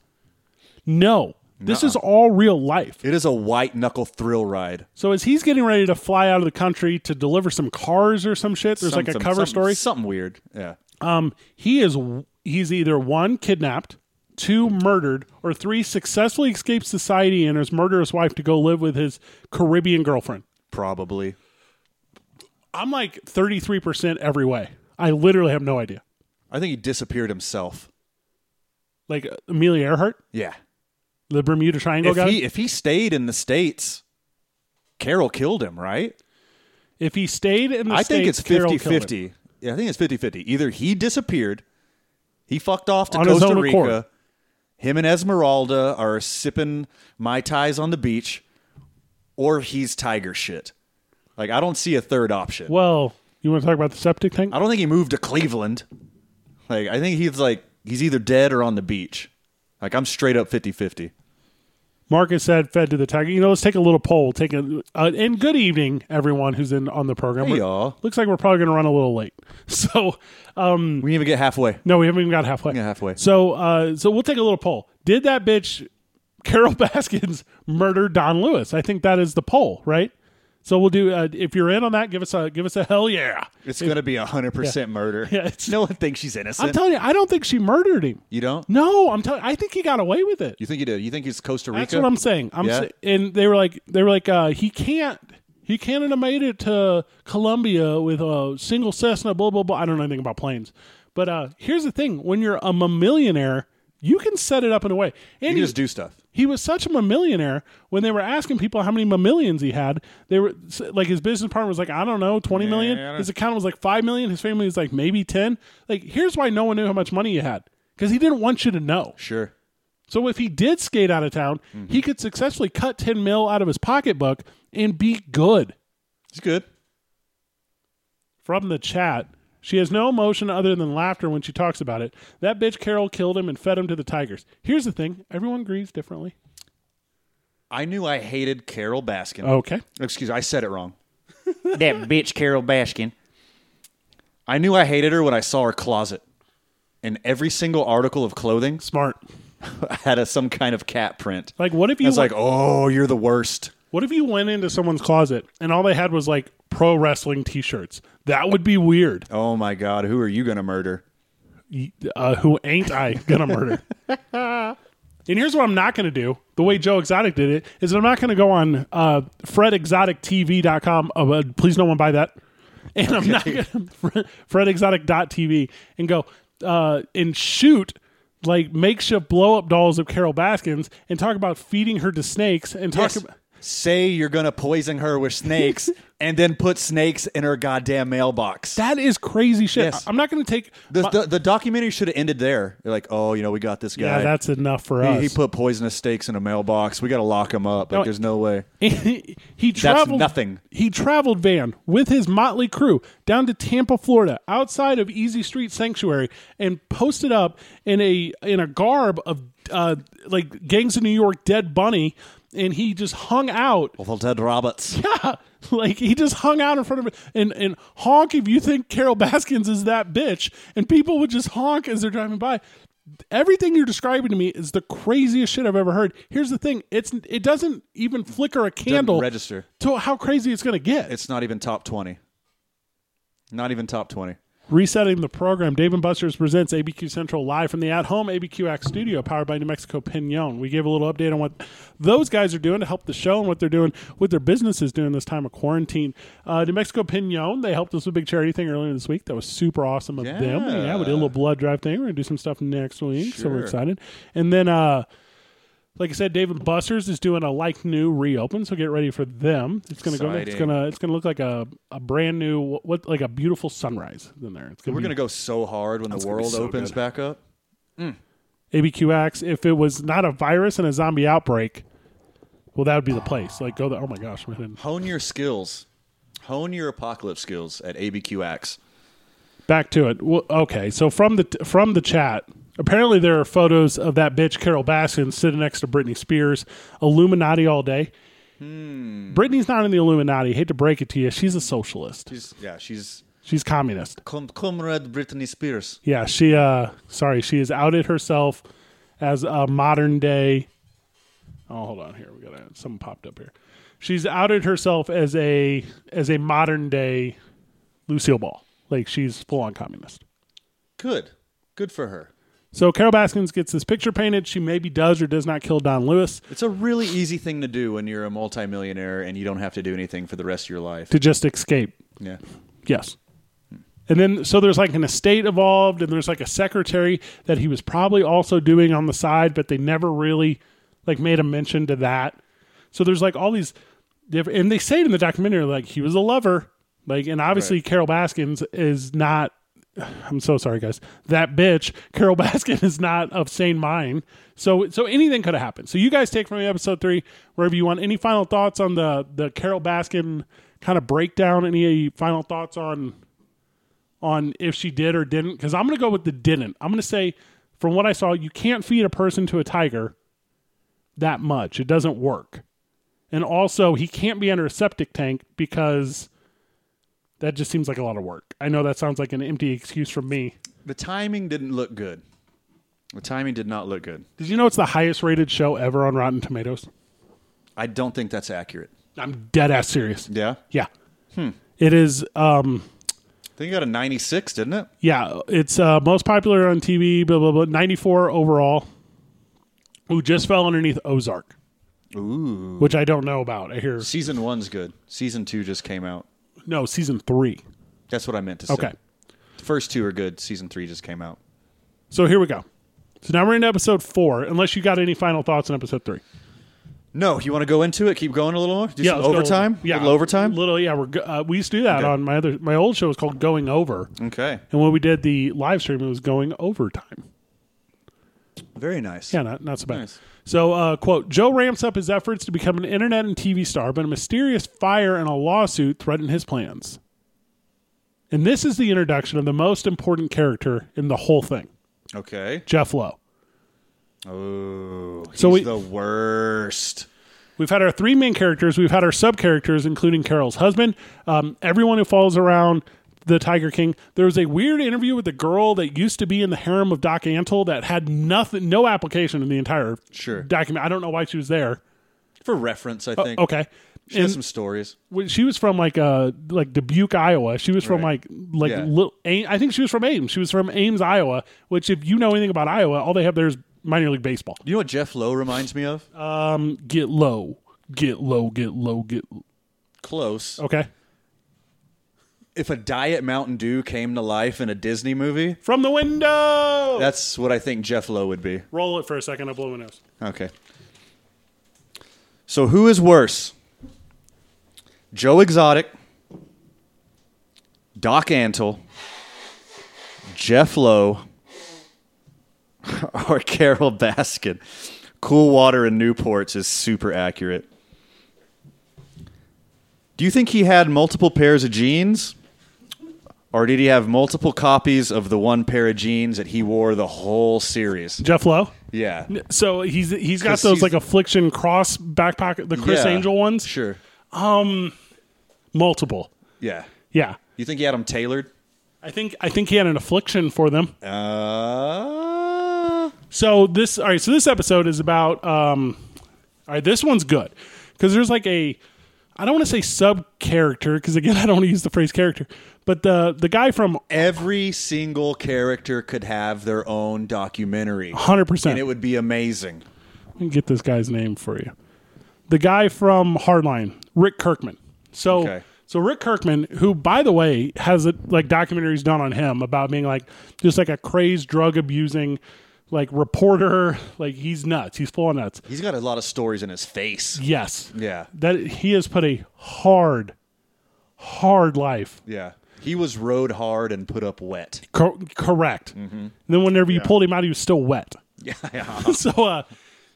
[SPEAKER 1] No, this is all real life.
[SPEAKER 2] It is a white knuckle thrill ride.
[SPEAKER 1] So as he's getting ready to fly out of the country to deliver some cars or some shit, there's like a
[SPEAKER 2] Something-
[SPEAKER 1] cover
[SPEAKER 2] something-
[SPEAKER 1] story.
[SPEAKER 2] something weird. Yeah.
[SPEAKER 1] Um, he is he's either one kidnapped, two murdered, or three successfully escapes society and has murdered his wife to go live with his Caribbean girlfriend.
[SPEAKER 2] Probably.
[SPEAKER 1] I'm like 33 percent every way. I literally have no idea.
[SPEAKER 2] I think he disappeared himself.
[SPEAKER 1] Like Amelia Earhart.
[SPEAKER 2] Yeah.
[SPEAKER 1] The Bermuda Triangle
[SPEAKER 2] If
[SPEAKER 1] guy.
[SPEAKER 2] he if he stayed in the states, Carol killed him, right?
[SPEAKER 1] if he stayed in the
[SPEAKER 2] I think
[SPEAKER 1] States,
[SPEAKER 2] it's
[SPEAKER 1] Carol
[SPEAKER 2] 50
[SPEAKER 1] killed him.
[SPEAKER 2] 50. Yeah, I think it's 50 50. Either he disappeared, he fucked off to
[SPEAKER 1] On his
[SPEAKER 2] Costa
[SPEAKER 1] own accord.
[SPEAKER 2] Rica, him and Esmeralda are sipping Mai Tais on the beach, or he's tiger shit. Like, I don't see a third option.
[SPEAKER 1] Well, you want to talk about the septic thing?
[SPEAKER 2] I don't think he moved to Cleveland. Like, I think he's like, he's either dead or on the beach. Like, I'm straight up 50 50.
[SPEAKER 1] Marcus said, "Fed to the tiger." You know, let's take a little poll. Take a uh, and good evening, everyone who's in on the program.
[SPEAKER 2] Hey,
[SPEAKER 1] We're-
[SPEAKER 2] y'all.
[SPEAKER 1] Looks like we're probably going to run a little late. [laughs] So
[SPEAKER 2] We didn't even get halfway.
[SPEAKER 1] no, we haven't even got halfway.
[SPEAKER 2] Yeah, halfway.
[SPEAKER 1] So uh, so we'll take a little poll. Did that bitch Carol [laughs] Baskins murder Don Lewis? I think that is the poll, right? So we'll do. Uh, if you're in on that, give us a give us a hell yeah.
[SPEAKER 2] It's going to be 100% murder.
[SPEAKER 1] [laughs] Yeah, it's-
[SPEAKER 2] no one thinks she's innocent.
[SPEAKER 1] I'm telling you, I don't think she murdered him.
[SPEAKER 2] you don't?
[SPEAKER 1] No, I'm telling. I think he got away with it.
[SPEAKER 2] You think he did? You think he's Costa Rica?
[SPEAKER 1] That's what I'm saying. I'm
[SPEAKER 2] Yeah.
[SPEAKER 1] sa- and they were like they were like uh, he can't he can't have made it to Colombia with a single Cessna. Blah blah blah. I don't know anything about planes, but uh, here's the thing: when you're a millionaire, you can set it up in a way. And
[SPEAKER 2] You
[SPEAKER 1] he,
[SPEAKER 2] just do stuff.
[SPEAKER 1] he was such a millionaire when they were asking people how many millions he had. They were s- like his business partner was like I don't know twenty million.
[SPEAKER 2] I don't-
[SPEAKER 1] His account was like five million. His family was like maybe ten. Like here's why no one knew how much money he had because he didn't want you to know.
[SPEAKER 2] Sure.
[SPEAKER 1] So if he did skate out of town, he could successfully cut 10 mil out of his pocketbook and be good.
[SPEAKER 2] He's good.
[SPEAKER 1] From the chat, she has no emotion other than laughter when she talks about it. That bitch Carol killed him and fed him to the tigers. Here's the thing everyone grieves differently.
[SPEAKER 2] I knew I hated Carol Baskin.
[SPEAKER 1] Okay.
[SPEAKER 2] Excuse me, I said it wrong.
[SPEAKER 3] that bitch Carol Baskin.
[SPEAKER 2] I knew I hated her when I saw her closet. And every single article of clothing [laughs]
[SPEAKER 1] Smart.
[SPEAKER 2] had a, some kind of cat print.
[SPEAKER 1] Like, what if
[SPEAKER 2] I
[SPEAKER 1] you
[SPEAKER 2] was like, oh, you're the worst.
[SPEAKER 1] what if you went into someone's closet and all they had was like pro wrestling t shirts? That would be weird.
[SPEAKER 2] Oh my God, who are you going to murder?
[SPEAKER 1] uh, who ain't I gonna murder? and here's what I'm not gonna do. The way Joe Exotic did it is I'm not gonna go on uh, FredExoticTV.com. Uh, uh, please, no one buy that. And I'm not gonna [laughs] FredExotic.tv and go uh, and shoot like makeshift blow up dolls of Carol Baskins and talk about feeding her to snakes and talk
[SPEAKER 2] Yes.
[SPEAKER 1] about.
[SPEAKER 2] Say you're going to poison her with
[SPEAKER 1] [laughs]
[SPEAKER 2] snakes and then put snakes in her goddamn mailbox.
[SPEAKER 1] That is crazy shit.
[SPEAKER 2] Yes.
[SPEAKER 1] I- I'm not going to take.
[SPEAKER 2] the,
[SPEAKER 1] my-
[SPEAKER 2] the, the documentary should have ended there. They're like, oh, you know, we got this
[SPEAKER 1] yeah,
[SPEAKER 2] guy.
[SPEAKER 1] that's enough for
[SPEAKER 2] he,
[SPEAKER 1] us.
[SPEAKER 2] he put poisonous snakes in a mailbox. We got to lock him up. Like,
[SPEAKER 1] No,
[SPEAKER 2] there's no way.
[SPEAKER 1] [laughs] he traveled
[SPEAKER 2] nothing.
[SPEAKER 1] He traveled van with his motley crew down to Tampa, Florida, outside of Easy Street Sanctuary, and posted up in a in a garb of uh, like Gangs of New York Dead Bunny, and he just hung out. [laughs]
[SPEAKER 2] Well, Ted Roberts.
[SPEAKER 1] Yeah, like he just hung out in front of it and and honk if you think Carol Baskins is that bitch, and people would just honk as they're driving by. Everything you're describing to me is the craziest shit I've ever heard. Here's the thing: it's it doesn't even flicker a candle
[SPEAKER 2] register.
[SPEAKER 1] to how crazy it's gonna get.
[SPEAKER 2] it's not even top 20 not even top 20
[SPEAKER 1] Resetting the program, Dave and Buster's presents ABQ Central live from the at home ABQX studio powered by New Mexico Pinon. We gave a little update on what those guys are doing to help the show and what they're doing, what their business is doing this time of quarantine. Uh, New Mexico Pinon, they helped us with a big charity thing earlier this week. That was super awesome of them.
[SPEAKER 2] Yeah.
[SPEAKER 1] Yeah, we did a little blood drive thing. We're going to do some stuff next week, so we're excited. And then, uh, like I said, Dave and Buster's is doing a like new reopen, so get ready for them. It's gonna go. It's
[SPEAKER 2] Exciting.
[SPEAKER 1] gonna. Uh, It's gonna look like a, a brand new what like a beautiful sunrise in there. It's gonna
[SPEAKER 2] We're
[SPEAKER 1] be
[SPEAKER 2] gonna go so hard when the
[SPEAKER 1] gonna be
[SPEAKER 2] world
[SPEAKER 1] so
[SPEAKER 2] opens
[SPEAKER 1] good.
[SPEAKER 2] back up.
[SPEAKER 1] ABQX. If it was not a virus and a zombie outbreak, well, that would be the place. Like go there. Oh my gosh, man.
[SPEAKER 2] Hone your skills. Hone your apocalypse skills at ABQX.
[SPEAKER 1] Back to it. Well, okay, so from the from the chat, apparently there are photos of that bitch Carol Baskin sitting next to Britney Spears, Illuminati all day. Britney's not in the Illuminati. Hate to break it to you, she's a socialist.
[SPEAKER 2] She's yeah, she's
[SPEAKER 1] She's communist.
[SPEAKER 2] com- comrade Britney Spears.
[SPEAKER 1] Yeah, she uh sorry, she has outed herself as a modern day Oh, hold on here. We got to something popped up here. She's outed herself as a as a modern day Lucille Ball. Like she's full on communist.
[SPEAKER 2] Good, good for her.
[SPEAKER 1] So Carol Baskins gets this picture painted. She maybe does or does not kill Don Lewis
[SPEAKER 2] It's a really easy thing to do when you're a multimillionaire and you don't have to do anything for the rest of your life.
[SPEAKER 1] to just escape.
[SPEAKER 2] Yeah.
[SPEAKER 1] Yes. And then, so there's like an estate involved, and there's like a secretary that he was probably also doing on the side, but they never really like made a mention to that. So there's like all these, diff- and they say it in the documentary like he was a lover, like, and obviously Carol Baskins is not. I'm so sorry, guys. That bitch, [laughs] Carol Baskin, is not of sane mind. So, so anything could have happened. So, you guys take from episode three wherever you want. Any final thoughts on the the Carol Baskin kind of breakdown? Any final thoughts on on if she did or didn't because I'm going to go with the didn't. I'm going to say, from what I saw, you can't feed a person to a tiger that much. It doesn't work. And also, he can't be under a septic tank because that just seems like a lot of work. I know that sounds like an empty excuse from me.
[SPEAKER 2] The timing didn't look good. The timing did not look good.
[SPEAKER 1] Did you know it's the highest rated show ever on Rotten Tomatoes?
[SPEAKER 2] I don't think that's accurate.
[SPEAKER 1] I'm dead ass serious.
[SPEAKER 2] Yeah.
[SPEAKER 1] Yeah. It is um
[SPEAKER 2] I think you got a 96, didn't it?
[SPEAKER 1] Yeah, it's uh, most popular on TV. Blah blah blah. Ninety four overall. Who just fell underneath Ozark? Ooh. Which I don't know about. I hear
[SPEAKER 2] Season one's good. Season two just came out.
[SPEAKER 1] no season three.
[SPEAKER 2] That's what I meant to say.
[SPEAKER 1] Okay,
[SPEAKER 2] The first two are good. Season three just came out.
[SPEAKER 1] so here we go. So now we're into episode four. Unless you got any final thoughts on episode three?
[SPEAKER 2] No, you want to go into it? Keep going a little more? Do some
[SPEAKER 1] let's go-
[SPEAKER 2] overtime?
[SPEAKER 1] Yeah,
[SPEAKER 2] Little overtime?
[SPEAKER 1] Little yeah. We're go- uh, we used to do that
[SPEAKER 2] Okay.
[SPEAKER 1] on my other my old show was called Going Over,
[SPEAKER 2] okay.
[SPEAKER 1] and when we did the live stream, it was Going Overtime.
[SPEAKER 2] Very nice.
[SPEAKER 1] Yeah, not, not so bad.
[SPEAKER 2] Nice.
[SPEAKER 1] So, uh, quote Joe ramps up his efforts to become an internet and TV star, but a mysterious fire and a lawsuit threaten his plans. And this is the introduction of the most important character in the whole thing
[SPEAKER 2] Okay.
[SPEAKER 1] Jeff Lowe.
[SPEAKER 2] Oh,
[SPEAKER 1] So
[SPEAKER 2] so
[SPEAKER 1] we-
[SPEAKER 2] we, the worst.
[SPEAKER 1] We've had our three main characters, we've had our sub characters, including Carol's husband, um, everyone who follows around the Tiger King. There was a weird interview with a girl that used to be in the harem of Doc Antle that had nothing, no application in the entire
[SPEAKER 2] Sure.
[SPEAKER 1] document. I don't know why she was there.
[SPEAKER 2] For reference, I think.
[SPEAKER 1] Uh, Okay.
[SPEAKER 2] She has some stories.
[SPEAKER 1] when she was from like uh like Dubuque, Iowa. She was from
[SPEAKER 2] Right.
[SPEAKER 1] like like
[SPEAKER 2] Yeah.
[SPEAKER 1] little. I think she was from Ames. She was from Ames, Iowa. Which, if you know anything about Iowa, all they have there is minor league baseball.
[SPEAKER 2] You know what Jeff Lowe reminds me of?
[SPEAKER 1] Uh, Get low, get low, get low, get.
[SPEAKER 2] Close.
[SPEAKER 1] Okay,
[SPEAKER 2] If a diet Mountain Dew came to life in a Disney movie,
[SPEAKER 1] from the window.
[SPEAKER 2] that's what I think Jeff Lowe would be.
[SPEAKER 1] Roll it for a second. I blow my nose.
[SPEAKER 2] Okay. So who is worse? Joe Exotic, Doc Antle, Jeff Lowe, [laughs] or Carol Baskin? Cool water in Newports is super accurate. Do you think he had multiple pairs of jeans? Or did he have multiple copies of the one pair of jeans that he wore the whole series?
[SPEAKER 1] Jeff Lowe.
[SPEAKER 2] Yeah.
[SPEAKER 1] So he's he's got
[SPEAKER 2] 'Cause
[SPEAKER 1] those
[SPEAKER 2] he's-
[SPEAKER 1] like affliction cross back pocket the Chris
[SPEAKER 2] Yeah.
[SPEAKER 1] Angel ones.
[SPEAKER 2] Sure.
[SPEAKER 1] Multiple.
[SPEAKER 2] Yeah.
[SPEAKER 1] Yeah.
[SPEAKER 2] You think he had them tailored?
[SPEAKER 1] I think I think he had an affliction for them.
[SPEAKER 2] Uh,
[SPEAKER 1] So this all right. So this episode is about um, all right. This one's good because there's like a I don't want to say sub character because again, [laughs] I don't want to use the phrase character, but the the guy from
[SPEAKER 2] Every single character could have their own documentary,
[SPEAKER 1] 100%.
[SPEAKER 2] and it would be amazing.
[SPEAKER 1] Let me get this guy's name for you. The guy from Hardline, Rick Kirkman. So
[SPEAKER 2] Okay.
[SPEAKER 1] so Rick Kirkman, who by the way has a, like documentaries done on him about being like just like a crazed drug abusing like reporter, like he's nuts. He's full of nuts.
[SPEAKER 2] He's got a lot of stories in his face.
[SPEAKER 1] Yes.
[SPEAKER 2] Yeah.
[SPEAKER 1] That he has put a hard hard life.
[SPEAKER 2] Yeah. He was rode hard and put up wet.
[SPEAKER 1] Cor- correct. And then whenever you pulled him out, he was still wet.
[SPEAKER 2] Mm-hmm. [laughs] Yeah. yeah.
[SPEAKER 1] [laughs] so uh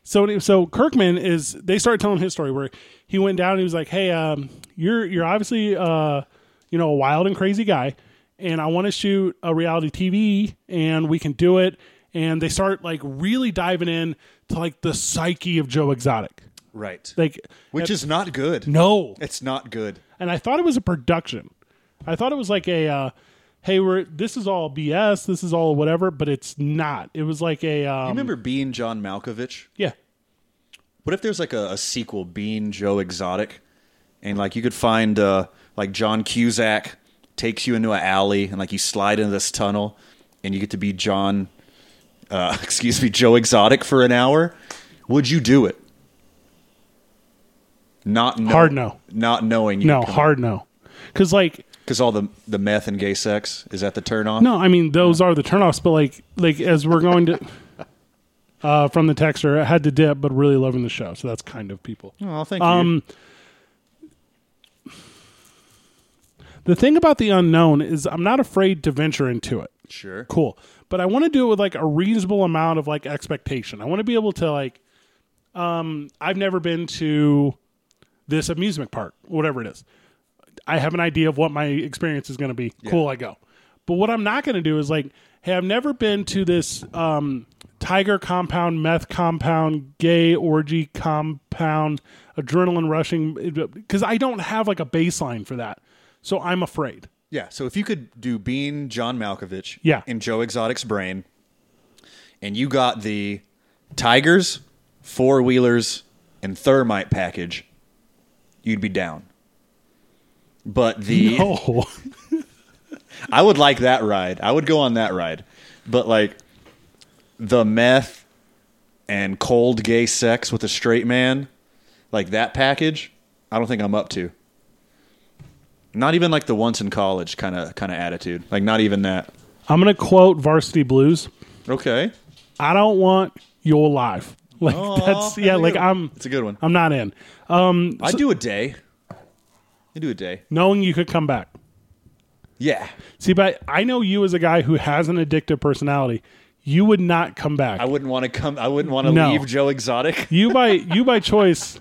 [SPEAKER 1] so any- so Kirkman is they started telling his story where he went down and he was like, "Hey, um you're you're obviously uh you know a wild and crazy guy and I want to shoot a reality TV and we can do it." And they start like really diving in to like the psyche of Joe Exotic.
[SPEAKER 2] Right.
[SPEAKER 1] Like uh,
[SPEAKER 2] Which is not good.
[SPEAKER 1] no.
[SPEAKER 2] It's not good.
[SPEAKER 1] And I thought it was a production. I thought it was like a uh Hey, we're this is all BS. This is all whatever, but it's not. It was like a um,
[SPEAKER 2] You remember Bean John Malkovich?
[SPEAKER 1] yeah,
[SPEAKER 2] What if there's like a, a sequel, Bean Joe Exotic, and like you could find uh, like John Cusack takes you into an alley and like you slide into this tunnel and you get to be John, uh, [laughs] excuse me, Joe Exotic for an hour? Would you do it? Not know,
[SPEAKER 1] Hard no.
[SPEAKER 2] Not knowing you
[SPEAKER 1] No, hard no. Because like
[SPEAKER 2] because all the the meth and gay sex is that the turn off?
[SPEAKER 1] no, I mean those are the turnoffs. But like like as we're going to [laughs] uh, from the texter, I had to dip, but really loving the show. So that's kind of people.
[SPEAKER 2] Oh, thank you.
[SPEAKER 1] Um, the thing about the unknown is I'm not afraid to venture into it.
[SPEAKER 2] Sure.
[SPEAKER 1] Cool, but I want to do it with like a reasonable amount of like expectation. I want to be able to like, um, I've never been to this amusement park, whatever it is. I have an idea of what my experience is going to be. Cool, I go. But what I'm not going to do is like, hey, I've never been to this um, tiger compound, meth compound, gay orgy compound, adrenaline rushing, because I don't have like a baseline for that. So I'm afraid.
[SPEAKER 2] Yeah. So if you could do Bean John Malkovich
[SPEAKER 1] Yeah.
[SPEAKER 2] in Joe Exotic's brain, and you got the Tigers, four wheelers, and thermite package, you'd be down. But the
[SPEAKER 1] Oh,
[SPEAKER 2] I would like that ride. I would go on that ride. But like the meth and cold gay sex with a straight man, like that package, I don't think I'm up to. Not even like the once in college kind of kind of attitude. Like not even that.
[SPEAKER 1] I'm going to quote Varsity Blues.
[SPEAKER 2] Okay.
[SPEAKER 1] I don't want your life. [laughs] Like that's yeah. Like I'm.
[SPEAKER 2] It's a good one.
[SPEAKER 1] I'm not in.
[SPEAKER 2] I do a day. I do a day.
[SPEAKER 1] Knowing you could come back.
[SPEAKER 2] Yeah.
[SPEAKER 1] See, but I know you as a guy who has an addictive personality. You would not come back.
[SPEAKER 2] [laughs] I wouldn't want to come I wouldn't want to
[SPEAKER 1] No.
[SPEAKER 2] leave Joe Exotic.
[SPEAKER 1] you by you by choice.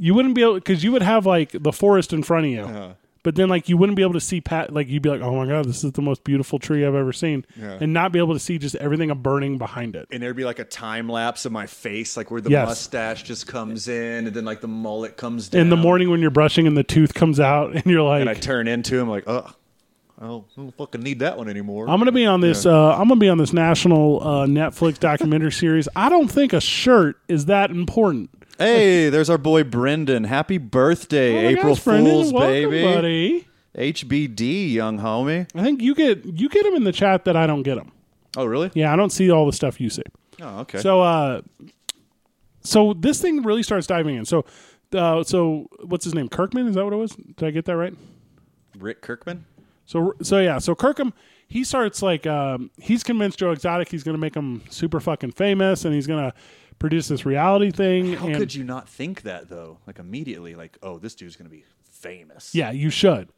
[SPEAKER 1] You wouldn't be able because you would have like the forest in front of you,
[SPEAKER 2] Uh-huh.
[SPEAKER 1] but then like you wouldn't be able to see Pat. Like you'd be like, "Oh my god, this is the most beautiful tree I've ever seen," and not be able to see just everything a burning behind it.
[SPEAKER 2] and there'd be like a time lapse of my face, like where the
[SPEAKER 1] Yes.
[SPEAKER 2] mustache just comes in, and then like the mullet comes down.
[SPEAKER 1] In the morning when you're brushing and the tooth comes out, [laughs] and you're like,
[SPEAKER 2] and I turn into him like, oh, I don't, I don't fucking need that one anymore.
[SPEAKER 1] I'm gonna be on this. Uh, I'm gonna be on this national uh, Netflix documentary [laughs] series. I don't think a shirt is that important.
[SPEAKER 2] hey, there's our boy Brendan. Happy
[SPEAKER 1] Oh
[SPEAKER 2] birthday,
[SPEAKER 1] my
[SPEAKER 2] April
[SPEAKER 1] gosh, Brendan,
[SPEAKER 2] Fools,
[SPEAKER 1] welcome,
[SPEAKER 2] baby!
[SPEAKER 1] buddy.
[SPEAKER 2] HBD, young homie.
[SPEAKER 1] I think you get you get them in the chat that I don't get them.
[SPEAKER 2] Oh, really?
[SPEAKER 1] Yeah, I don't see all the stuff you see.
[SPEAKER 2] Oh, okay.
[SPEAKER 1] So, uh, so this thing really starts diving in. So, uh, so what's his name? Kirkman? Is that what it was? Did I get that right?
[SPEAKER 2] Rick Kirkman.
[SPEAKER 1] So so yeah, so Kirkham he starts like um, he's convinced Joe Exotic he's going to make him super fucking famous and he's going to produce this reality thing.
[SPEAKER 2] How
[SPEAKER 1] and,
[SPEAKER 2] could you not think that though? Like immediately, like, oh, this dude's gonna be famous.
[SPEAKER 1] Yeah, you should,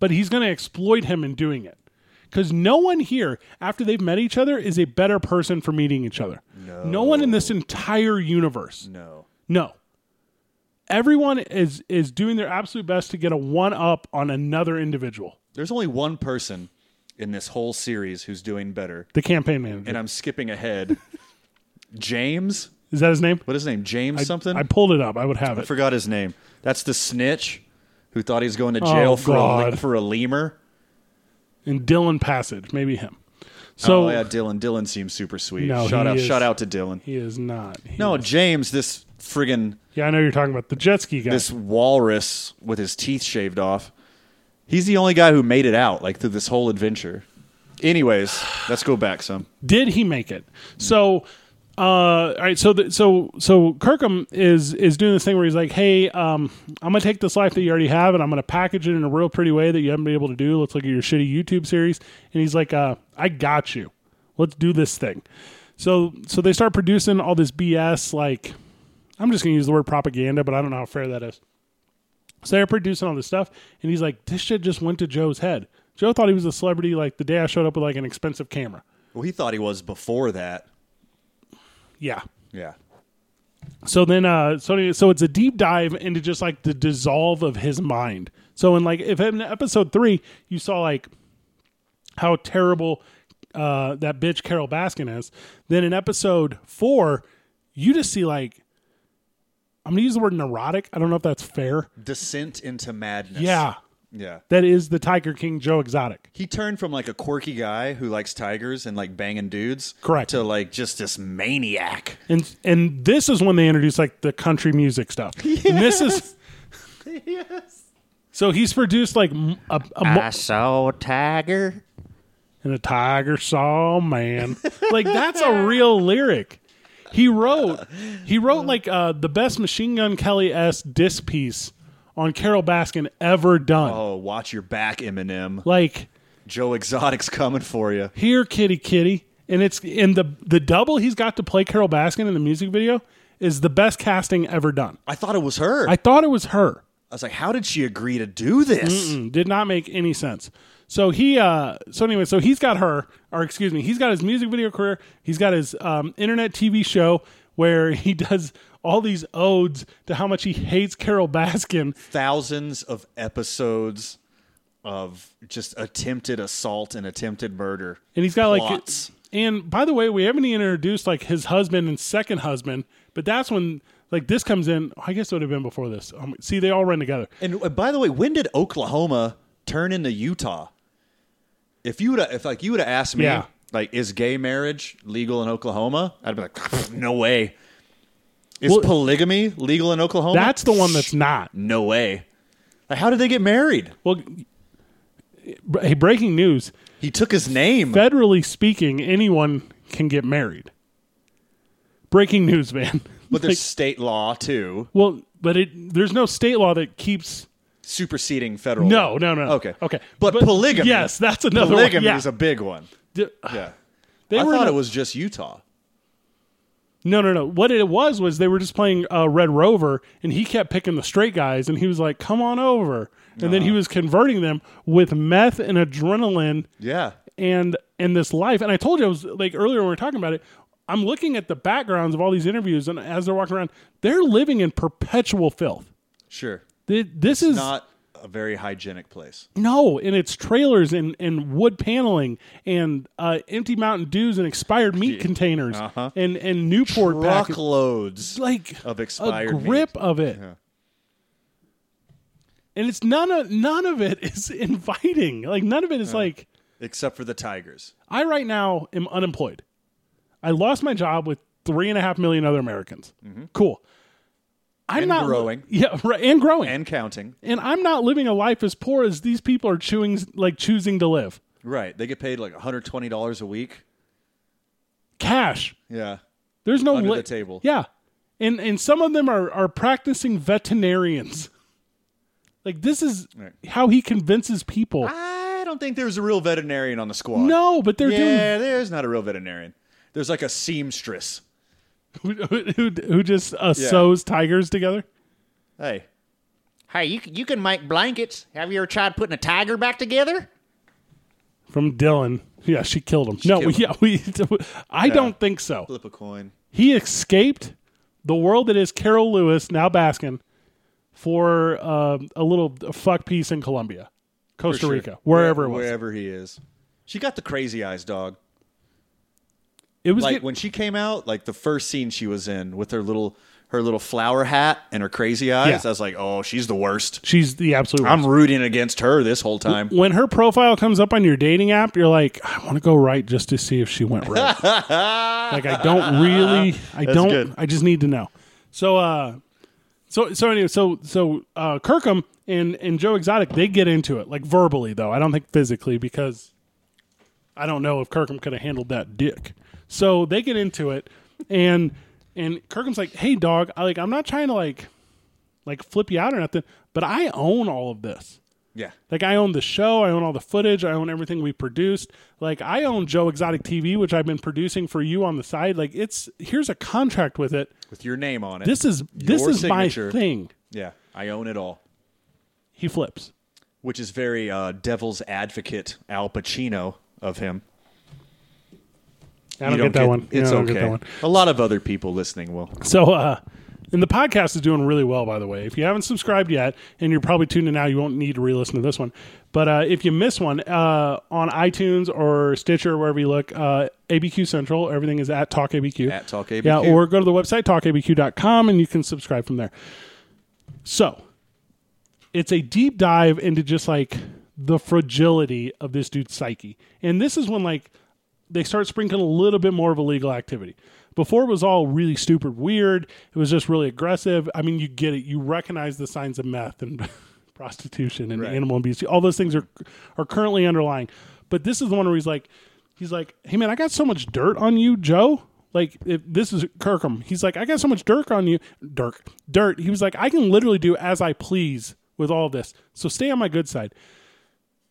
[SPEAKER 1] but he's going to exploit him in doing it because no one here after they've met each other is a better person for meeting each other. No, one in this entire universe.
[SPEAKER 2] No.
[SPEAKER 1] No. Everyone is is doing their absolute best to get a one up on another individual.
[SPEAKER 2] There's only one person in this whole series who's doing better,
[SPEAKER 1] The campaign manager.
[SPEAKER 2] and I'm skipping ahead. James
[SPEAKER 1] Is that his name?
[SPEAKER 2] what is his name? James something?
[SPEAKER 1] I pulled it up. I would have
[SPEAKER 2] I
[SPEAKER 1] it.
[SPEAKER 2] forgot his name. That's the snitch who thought he was going to jail for a, le-
[SPEAKER 1] Oh, God.
[SPEAKER 2] for a lemur.
[SPEAKER 1] and Dylan Passage, maybe him. So
[SPEAKER 2] oh yeah, Dylan. Dylan seems super sweet.
[SPEAKER 1] No,
[SPEAKER 2] shout
[SPEAKER 1] he
[SPEAKER 2] out,
[SPEAKER 1] is-
[SPEAKER 2] shout out to Dylan.
[SPEAKER 1] he is not. He-
[SPEAKER 2] No, James, this friggin'
[SPEAKER 1] Yeah, I know you're talking about the jet ski guy.
[SPEAKER 2] this walrus with his teeth shaved off. He's the only guy who made it out like through this whole adventure. Anyways, let's go back some.
[SPEAKER 1] did he make it? So, uh, all right. So, the, so, so Kirkham is is doing this thing where he's like, "Hey, um, I'm gonna take this life that you already have, and I'm gonna package it in a real pretty way that you haven't been able to do. Let's look at your shitty YouTube series." And he's like, uh, "I got you. Let's do this thing." So, so they start producing all this BS. Like, I'm just gonna use the word propaganda, but I don't know how fair that is. So they're producing all this stuff, and he's like, "This shit just went to Joe's head." Joe thought he was a celebrity like the day I showed up with like an expensive camera.
[SPEAKER 2] Well, he thought he was before that.
[SPEAKER 1] Yeah.
[SPEAKER 2] Yeah.
[SPEAKER 1] So then, uh, so so it's a deep dive into just like the dissolve of his mind. So in like if in episode three you saw like how terrible uh, that bitch Carol Baskin is, then in episode four you just see like I'm gonna use the word neurotic. I don't know if that's fair.
[SPEAKER 2] Descent into madness.
[SPEAKER 1] Yeah,
[SPEAKER 2] Yeah.
[SPEAKER 1] that is the Tiger King Joe Exotic.
[SPEAKER 2] He turned from like a quirky guy who likes tigers and like banging dudes,
[SPEAKER 1] Correct.
[SPEAKER 2] to like just this maniac.
[SPEAKER 1] And and this is when they introduce like the country music stuff. And this is yes. So he's produced like m- a, a mo-
[SPEAKER 3] I saw a tiger.
[SPEAKER 1] and a tiger saw a man. like that's a real lyric. He wrote he wrote like uh, the best Machine Gun Kelly s disc piece on Carol Baskin ever done.
[SPEAKER 2] Oh, watch your back, Eminem.
[SPEAKER 1] Like
[SPEAKER 2] Joe Exotic's coming for you.
[SPEAKER 1] here, kitty, kitty, and it's and the the double he's got to play Carol Baskin in the music video is the best casting ever done.
[SPEAKER 2] I thought it was her. I,
[SPEAKER 1] I thought it was her.
[SPEAKER 2] was like, how did she agree to do this?
[SPEAKER 1] Mm, did not make any sense. So he, uh, so anyway, so he's got her, or excuse me, he's got his music video career. He's got his um, internet TV show where [laughs] he does all these odes to how much he hates Carol Baskin.
[SPEAKER 2] Thousands of episodes of just attempted assault and attempted murder.
[SPEAKER 1] And he's got
[SPEAKER 2] Plots.
[SPEAKER 1] like, and by the way, we haven't even introduced like his husband and second husband, but that's when like this comes in. I guess it would have been before this. Um, see, they all run together.
[SPEAKER 2] And uh, by the way, when did Oklahoma turn into Utah? If you would, if like you would have asked me,
[SPEAKER 1] Yeah.
[SPEAKER 2] like, is gay marriage legal in Oklahoma? I'd be like, [laughs] no way. Is
[SPEAKER 1] Well-
[SPEAKER 2] polygamy legal in Oklahoma?
[SPEAKER 1] That's the one that's not.
[SPEAKER 2] no way. Like, how did they get married?
[SPEAKER 1] Well, hey, breaking news.
[SPEAKER 2] He took his name.
[SPEAKER 1] federally speaking, anyone can get married. Breaking news, man.
[SPEAKER 2] [laughs] but there's state law too,
[SPEAKER 1] Well, but it there's no state law that keeps.
[SPEAKER 2] superseding federal.
[SPEAKER 1] No,
[SPEAKER 2] law.
[SPEAKER 1] no, no.
[SPEAKER 2] Okay,
[SPEAKER 1] okay.
[SPEAKER 2] But, polygamy.
[SPEAKER 1] Yes, that's another one.
[SPEAKER 2] polygamy
[SPEAKER 1] Yeah.
[SPEAKER 2] is a big one.
[SPEAKER 1] D-
[SPEAKER 2] Yeah,
[SPEAKER 1] They
[SPEAKER 2] I
[SPEAKER 1] were in
[SPEAKER 2] thought
[SPEAKER 1] a-
[SPEAKER 2] it was just Utah.
[SPEAKER 1] No, no, no. What it was was they were just playing uh, Red Rover, and he kept picking the straight guys, and he was like, "Come on over," and then he was converting them with meth and adrenaline.
[SPEAKER 2] Yeah,
[SPEAKER 1] and and this life and i told you i was like earlier when we were talking about it i'm looking at the backgrounds of all these interviews and as they're walking around they're living in perpetual filth
[SPEAKER 2] sure.
[SPEAKER 1] Th- this is
[SPEAKER 2] Not a very hygienic place.
[SPEAKER 1] no and it's trailers and and wood paneling and uh empty mountain dews and expired meat containers and and newport pack-
[SPEAKER 2] Truckloads.
[SPEAKER 1] like
[SPEAKER 2] Uh-huh. of expired
[SPEAKER 1] a
[SPEAKER 2] meat.
[SPEAKER 1] grip of it and it's none of none of it is [laughs] inviting like none of it is like
[SPEAKER 2] except for the Tigers.
[SPEAKER 1] I right now am unemployed. I lost my job with three and a half million other Americans. Cool. I'm
[SPEAKER 2] Mm-hmm. And
[SPEAKER 1] not
[SPEAKER 2] growing.
[SPEAKER 1] Yeah, right, and growing. And,
[SPEAKER 2] And counting.
[SPEAKER 1] I'm not living a life as poor as these people are chewing, like choosing to live.
[SPEAKER 2] Right. They get paid like $120 a week.
[SPEAKER 1] Cash.
[SPEAKER 2] Yeah.
[SPEAKER 1] There's no
[SPEAKER 2] Under the
[SPEAKER 1] li-
[SPEAKER 2] table.
[SPEAKER 1] Yeah, and and some of them are are practicing veterinarians. Like this is
[SPEAKER 2] Right.
[SPEAKER 1] how he convinces people.
[SPEAKER 2] I don't think there's a real veterinarian on the squad.
[SPEAKER 1] no, but they're
[SPEAKER 2] Yeah, there's not a real veterinarian. There's like a seamstress.
[SPEAKER 1] doing who, who, who just uh, sews tigers together.
[SPEAKER 2] Hey.
[SPEAKER 3] Hey, you, c- you can make blankets. Have you ever tried putting a tiger back together?
[SPEAKER 1] from Dylan. Yeah, she killed him. no,
[SPEAKER 2] killed
[SPEAKER 1] we- yeah, we. [laughs] I don't think so.
[SPEAKER 2] Flip a coin.
[SPEAKER 1] He escaped the world that is Carol Lewis now Baskin for um a little fuck piece in Colombia, Costa
[SPEAKER 2] Sure.
[SPEAKER 1] Rica, wherever it was.
[SPEAKER 2] Wherever he is. She got the crazy eyes dog.
[SPEAKER 1] It was
[SPEAKER 2] Like
[SPEAKER 1] get-
[SPEAKER 2] when she came out, like the first scene she was in with her little her little flower hat and her crazy eyes,
[SPEAKER 1] Yeah.
[SPEAKER 2] I was like, oh, she's the worst.
[SPEAKER 1] She's the absolute. worst.
[SPEAKER 2] I'm rooting against her this whole time.
[SPEAKER 1] when her profile comes up on your dating app, you're like, I want to go right just to see if she went
[SPEAKER 2] [laughs]
[SPEAKER 1] right. like I don't really, I don't,
[SPEAKER 2] good.
[SPEAKER 1] I just need to know. So, uh, so so anyway, so so uh, Kirkham and and Joe Exotic they get into it like verbally though. I don't think physically because I don't know if Kirkham could have handled that dick. So they get into it, and and Kirkham's like, "Hey, dog, I like I'm not trying to like like flip you out or nothing, but I own all of this."
[SPEAKER 2] Yeah.
[SPEAKER 1] Like I own the show, I own all the footage, I own everything we produced. Like I own Joe Exotic TV, which I've been producing for you on the side. Like it's here's a contract with it.
[SPEAKER 2] With your name on it.
[SPEAKER 1] This is this
[SPEAKER 2] Your
[SPEAKER 1] is my
[SPEAKER 2] signature.
[SPEAKER 1] thing.
[SPEAKER 2] Yeah. I own it all.
[SPEAKER 1] He flips.
[SPEAKER 2] Which is very uh, devil's advocate Al Pacino of him.
[SPEAKER 1] I don't,
[SPEAKER 2] You
[SPEAKER 1] get that one. Yeah,
[SPEAKER 2] It's
[SPEAKER 1] I don't
[SPEAKER 2] okay.
[SPEAKER 1] get that one.
[SPEAKER 2] A lot of other people listening will.
[SPEAKER 1] So uh and the podcast is doing really well, by the way. If you haven't subscribed yet, and you're probably tuning now, you won't need to re-listen to this one. But uh, if you miss one uh, on iTunes or Stitcher, wherever you look, uh, ABQ Central, everything is at Talk ABQ.
[SPEAKER 2] At Talk ABQ.
[SPEAKER 1] Yeah, or go to the website talkabq.com and you can subscribe from there. So it's a deep dive into just like the fragility of this dude's psyche. And this is when like they start sprinkling a little bit more of illegal activity. Before it was all really stupid weird. It was just really aggressive. I mean, you get it. You recognize the signs of meth and [laughs] prostitution and
[SPEAKER 2] Right.
[SPEAKER 1] animal abuse. All those things are are currently underlying. But this is the one where he's like he's like, "Hey man, I got so much dirt on you, Joe." Like if this is Kirkham. He's like, "I got so much dirt on you, dirt. Dirt." He was like, "I can literally do as I please with all this. So stay on my good side."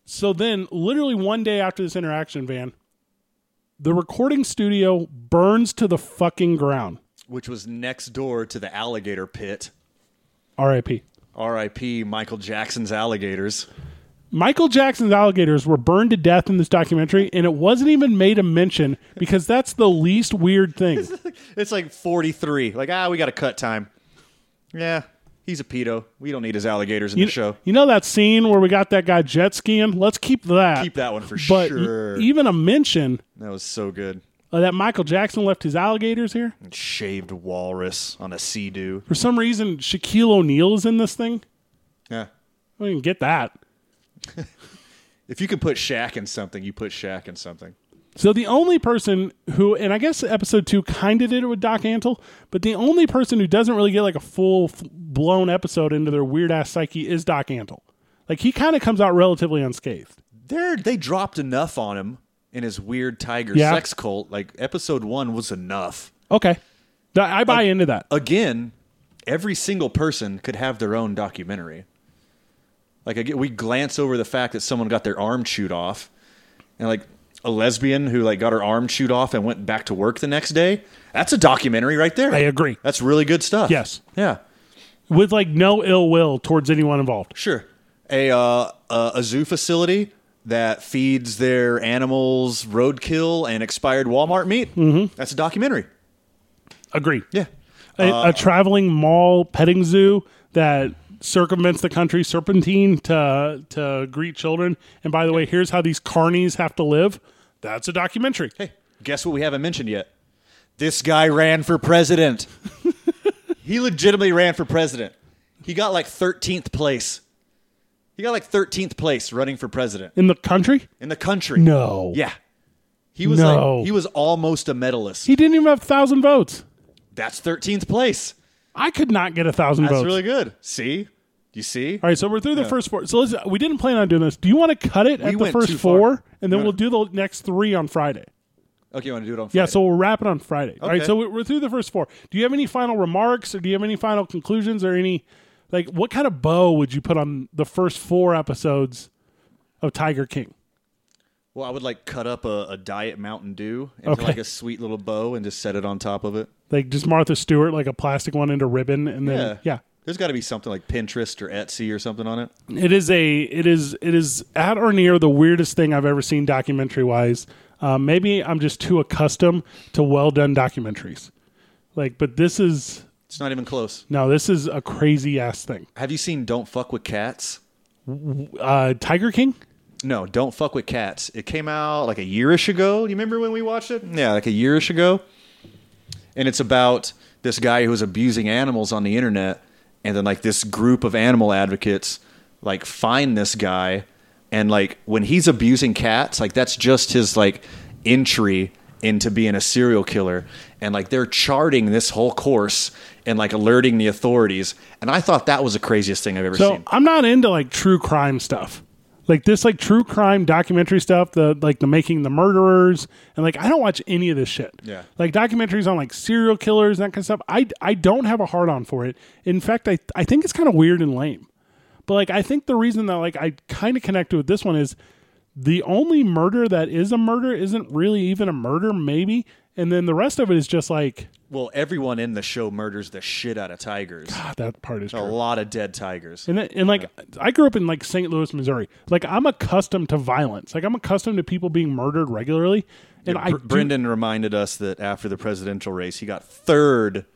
[SPEAKER 1] So then, literally one day after this interaction, Van, the recording studio burns to the fucking ground.
[SPEAKER 2] Which was next door to the alligator pit.
[SPEAKER 1] R.I.P.
[SPEAKER 2] R.I.P. Michael Jackson's alligators.
[SPEAKER 1] Michael Jackson's alligators were burned to death in this documentary, and it wasn't even made a mention because that's the least weird
[SPEAKER 2] [laughs]
[SPEAKER 1] thing.
[SPEAKER 2] It's like 43. Like, ah, we got to cut time. Yeah, he's a pedo. We don't need his alligators in
[SPEAKER 1] You,
[SPEAKER 2] the show.
[SPEAKER 1] you know that scene where we got that guy jet skiing? Let's keep that.
[SPEAKER 2] Keep that one for
[SPEAKER 1] But e-
[SPEAKER 2] sure.
[SPEAKER 1] even a mention
[SPEAKER 2] that was so good.
[SPEAKER 1] of that Michael Jackson left his alligators here.
[SPEAKER 2] Shaved walrus on a sea doo.
[SPEAKER 1] For some reason, Shaquille O'Neal is in this thing.
[SPEAKER 2] Yeah.
[SPEAKER 1] I didn't get that.
[SPEAKER 2] If you can put Shaq in something, you put Shaq in something.
[SPEAKER 1] So the only person who, and I guess episode two kind of did it with Doc Antle, but the only person who doesn't really get like a full f- blown episode into their weird ass psyche is Doc Antle. Like he kind of comes out relatively unscathed.
[SPEAKER 2] They're, they dropped enough on him in his weird tiger
[SPEAKER 1] Yeah.
[SPEAKER 2] sex cult. Like, episode one was enough.
[SPEAKER 1] Okay, Th- I buy into that.
[SPEAKER 2] again, every single person could have their own documentary. Like again, we glance over the fact that someone got their arm chewed off, and like a lesbian who like got her arm chewed off and went back to work the next day. That's a documentary right there.
[SPEAKER 1] I agree.
[SPEAKER 2] That's really good stuff.
[SPEAKER 1] Yes.
[SPEAKER 2] Yeah.
[SPEAKER 1] With like no ill will towards anyone involved.
[SPEAKER 2] Sure. A uh, a, a zoo facility that feeds their animals roadkill and expired Walmart meat. Mm-hmm. That's a documentary.
[SPEAKER 1] Agree.
[SPEAKER 2] Yeah. Uh,
[SPEAKER 1] A, a traveling mall petting zoo that circumvents the country serpentine to to greet children. And by the way, here's how these carnies have to live. That's a documentary.
[SPEAKER 2] Hey, guess what we haven't mentioned yet? This guy ran
[SPEAKER 1] [laughs]
[SPEAKER 2] for president. he legitimately ran for president. He got like 13th place. He got like 13th place running for president
[SPEAKER 1] In the country?
[SPEAKER 2] in the country.
[SPEAKER 1] No.
[SPEAKER 2] Yeah. He was
[SPEAKER 1] No.
[SPEAKER 2] like he was almost a medalist.
[SPEAKER 1] He didn't even have thousand votes.
[SPEAKER 2] That's 13th place.
[SPEAKER 1] I could not get a thousand
[SPEAKER 2] That's
[SPEAKER 1] votes.
[SPEAKER 2] really good. See? You see?
[SPEAKER 1] All right, so we're through the first four. So let's, we didn't plan on doing this. Do you want to cut it at the
[SPEAKER 2] went
[SPEAKER 1] first
[SPEAKER 2] too far.
[SPEAKER 1] four, and then we'll do the next three on Friday?
[SPEAKER 2] Okay, you want to do it on
[SPEAKER 1] Yeah,
[SPEAKER 2] Friday?
[SPEAKER 1] so we'll wrap it on Friday. All right,
[SPEAKER 2] Okay.
[SPEAKER 1] so we- we're through the first four. Do you have any final remarks, or do you have any final conclusions, or any like what kind of bow would you put on the first four episodes of Tiger King?
[SPEAKER 2] Well, I would like cut up a, a diet Mountain Dew into
[SPEAKER 1] Okay.
[SPEAKER 2] like a sweet little bow and just set it on top of it.
[SPEAKER 1] Like just Martha Stewart, like a plastic one into ribbon, and then yeah.
[SPEAKER 2] There's got to be something like Pinterest or Etsy or something on it.
[SPEAKER 1] It is a it is it is at or near the weirdest thing I've ever seen documentary wise. Uh, maybe I'm just too accustomed to well done documentaries. Like, but this is
[SPEAKER 2] It's not even close.
[SPEAKER 1] no, this is a crazy ass thing.
[SPEAKER 2] Have you seen Don't Fuck with Cats?
[SPEAKER 1] Uh, Tiger King.
[SPEAKER 2] No, Don't Fuck with Cats. It came out like a yearish ago. Do you remember when we watched it? Yeah, like a yearish ago. and it's about this guy who was abusing animals on the internet, and then like this group of animal advocates like find this guy, and like when he's abusing cats, like that's just his like entry into being a serial killer, and like they're charting this whole course and like alerting the authorities, and I thought that was the craziest thing I've ever
[SPEAKER 1] So
[SPEAKER 2] seen.
[SPEAKER 1] I'm not into like true crime stuff. Like this like true crime documentary stuff, the like the making the murderers and like I don't watch any of this shit.
[SPEAKER 2] Yeah.
[SPEAKER 1] Like documentaries on like serial killers and that kind of stuff. I I don't have a hard on for it. In fact, I I think it's kind of weird and lame. But like I think the reason that like I kind of connected with this one is the only murder that is a murder isn't really even a murder maybe and then the rest of it is just like
[SPEAKER 2] Well, everyone in the show murders the shit out of tigers.
[SPEAKER 1] ah, that part is
[SPEAKER 2] A
[SPEAKER 1] true.
[SPEAKER 2] lot of dead tigers.
[SPEAKER 1] And, that, and like I grew up in like St. Louis, Missouri. Like I'm accustomed to violence. Like I'm accustomed to people being murdered regularly. And I
[SPEAKER 2] Br-
[SPEAKER 1] do-
[SPEAKER 2] Brendan reminded us that after the presidential race, he got third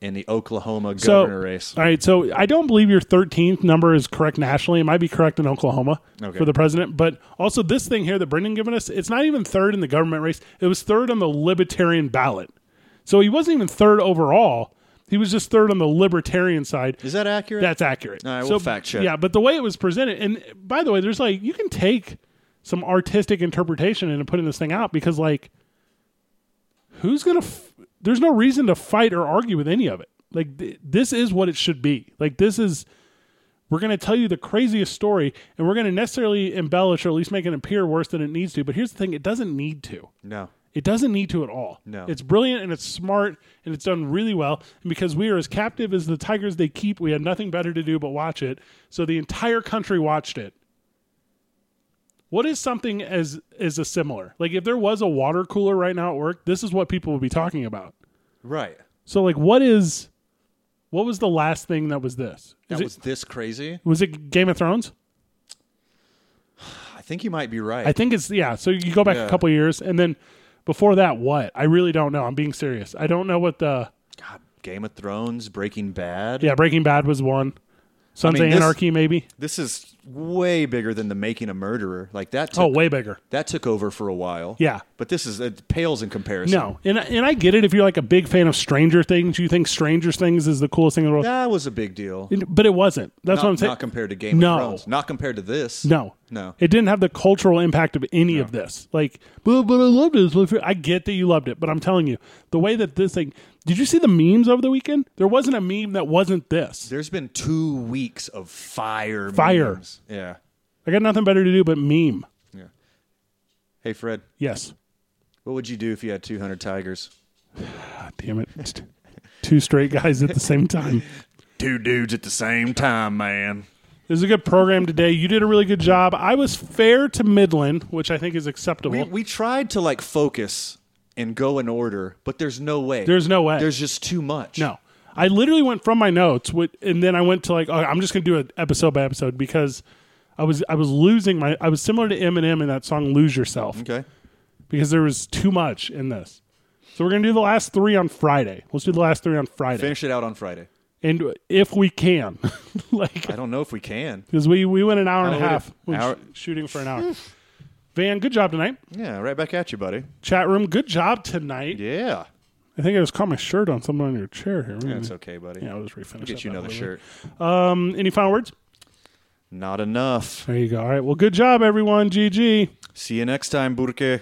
[SPEAKER 2] in the Oklahoma
[SPEAKER 1] so, uh,
[SPEAKER 2] governor race.
[SPEAKER 1] All right, so I don't believe your 13th number is correct nationally. It might be correct in Oklahoma
[SPEAKER 2] Okay.
[SPEAKER 1] for the president, but also this thing here that Brendan given us, it's not even third in the government race. It was third on the libertarian ballot. So he wasn't even third overall. He was just third on the libertarian side.
[SPEAKER 2] Is that accurate?
[SPEAKER 1] That's accurate.
[SPEAKER 2] All right,
[SPEAKER 1] So-
[SPEAKER 2] we'll fact check.
[SPEAKER 1] Yeah, but the way it was presented, and by the way, there's like you can take some artistic interpretation into putting this thing out because like who's gonna? F- there's no reason to fight or argue with any of it. Like th- this is what it should be. Like this is. We're going to tell you the craziest story, and we're going to necessarily embellish or at least make it appear worse than it needs to. But here's the thing it doesn't need to.
[SPEAKER 2] no.
[SPEAKER 1] It doesn't need to at all.
[SPEAKER 2] No.
[SPEAKER 1] It's brilliant and it's smart and it's done really well. And because we are as captive as the tigers they keep, we had nothing better to do but watch it. So the entire country watched it. What is something as as a similar? Like if there was a water cooler right now at work, this is what people would be talking about.
[SPEAKER 2] Right.
[SPEAKER 1] So like what is what was the last thing that was this? Is
[SPEAKER 2] That
[SPEAKER 1] it,
[SPEAKER 2] was this crazy?
[SPEAKER 1] was it Game of Thrones?
[SPEAKER 2] I think you might be right.
[SPEAKER 1] I think it's yeah. So you go back
[SPEAKER 2] Yeah.
[SPEAKER 1] a couple years and then before that what? I really don't know. I'm being serious. I don't know what the
[SPEAKER 2] God, Game of Thrones, Breaking Bad.
[SPEAKER 1] Yeah, Breaking Bad was one. Sons
[SPEAKER 2] I mean,
[SPEAKER 1] of
[SPEAKER 2] this-
[SPEAKER 1] Anarchy, maybe.
[SPEAKER 2] This is way bigger than the making a murderer. Like that took,
[SPEAKER 1] Oh, way bigger.
[SPEAKER 2] that took over for a while.
[SPEAKER 1] Yeah.
[SPEAKER 2] But this is it pales in comparison.
[SPEAKER 1] No, and I- and I get it if you're like a big fan of Stranger Things, you think Stranger Things is the coolest thing in the world,
[SPEAKER 2] That was a big deal.
[SPEAKER 1] And- but it wasn't. That's
[SPEAKER 2] not,
[SPEAKER 1] what I'm saying.
[SPEAKER 2] not compared to Game
[SPEAKER 1] No.
[SPEAKER 2] of Thrones. Not compared to this.
[SPEAKER 1] no,
[SPEAKER 2] No.
[SPEAKER 1] it didn't have the cultural impact of any of this. Like, but, but I loved it. It's my favorite." I get that you loved it, but I'm telling you, the way that this thing. Did you see the memes over the weekend? There wasn't a meme that wasn't this.
[SPEAKER 2] There's been two weeks of fire.
[SPEAKER 1] Fire.
[SPEAKER 2] memes. Yeah.
[SPEAKER 1] I got nothing better to do but meme.
[SPEAKER 2] Hey Fred,
[SPEAKER 1] Yes.
[SPEAKER 2] what would you do if you had 200 tigers?
[SPEAKER 1] God damn it. Just Two straight guys at the same time.
[SPEAKER 2] Two dudes at the same time, man.
[SPEAKER 1] This is a good program today. You did a really good job. I was fair to Midland, which I think is acceptable.
[SPEAKER 2] We, we tried to like focus and go in order, but there's no way.
[SPEAKER 1] There's no way.
[SPEAKER 2] There's just too much.
[SPEAKER 1] no, I literally went from my notes, with, and then I went to like, oh, I'm just gonna do it episode by episode because I was I was losing my. I was similar to Eminem in that song "Lose Yourself"
[SPEAKER 2] Okay. Mm-hmm.
[SPEAKER 1] because there was too much in this. So we're gonna do the last three on Friday. Let's do the last three on Friday,
[SPEAKER 2] Finish it out on Friday.
[SPEAKER 1] and if we can, [laughs] like
[SPEAKER 2] I don't know if we can.
[SPEAKER 1] because we we went an hour and a
[SPEAKER 2] Hour-
[SPEAKER 1] half We were
[SPEAKER 2] hour-
[SPEAKER 1] sh- shooting for an hour. Van, good job tonight.
[SPEAKER 2] Yeah, right back at you, buddy.
[SPEAKER 1] Chat room, good job tonight.
[SPEAKER 2] Yeah.
[SPEAKER 1] I think I just caught my shirt on something on your chair here.
[SPEAKER 2] That's okay, buddy.
[SPEAKER 1] Yeah, I'll just refinish.
[SPEAKER 2] I'll get
[SPEAKER 1] that
[SPEAKER 2] you another
[SPEAKER 1] later.
[SPEAKER 2] shirt.
[SPEAKER 1] Um, any final words?
[SPEAKER 2] Not enough.
[SPEAKER 1] There you go. All right. Well, good job, everyone. GG.
[SPEAKER 2] See you next time, Burke.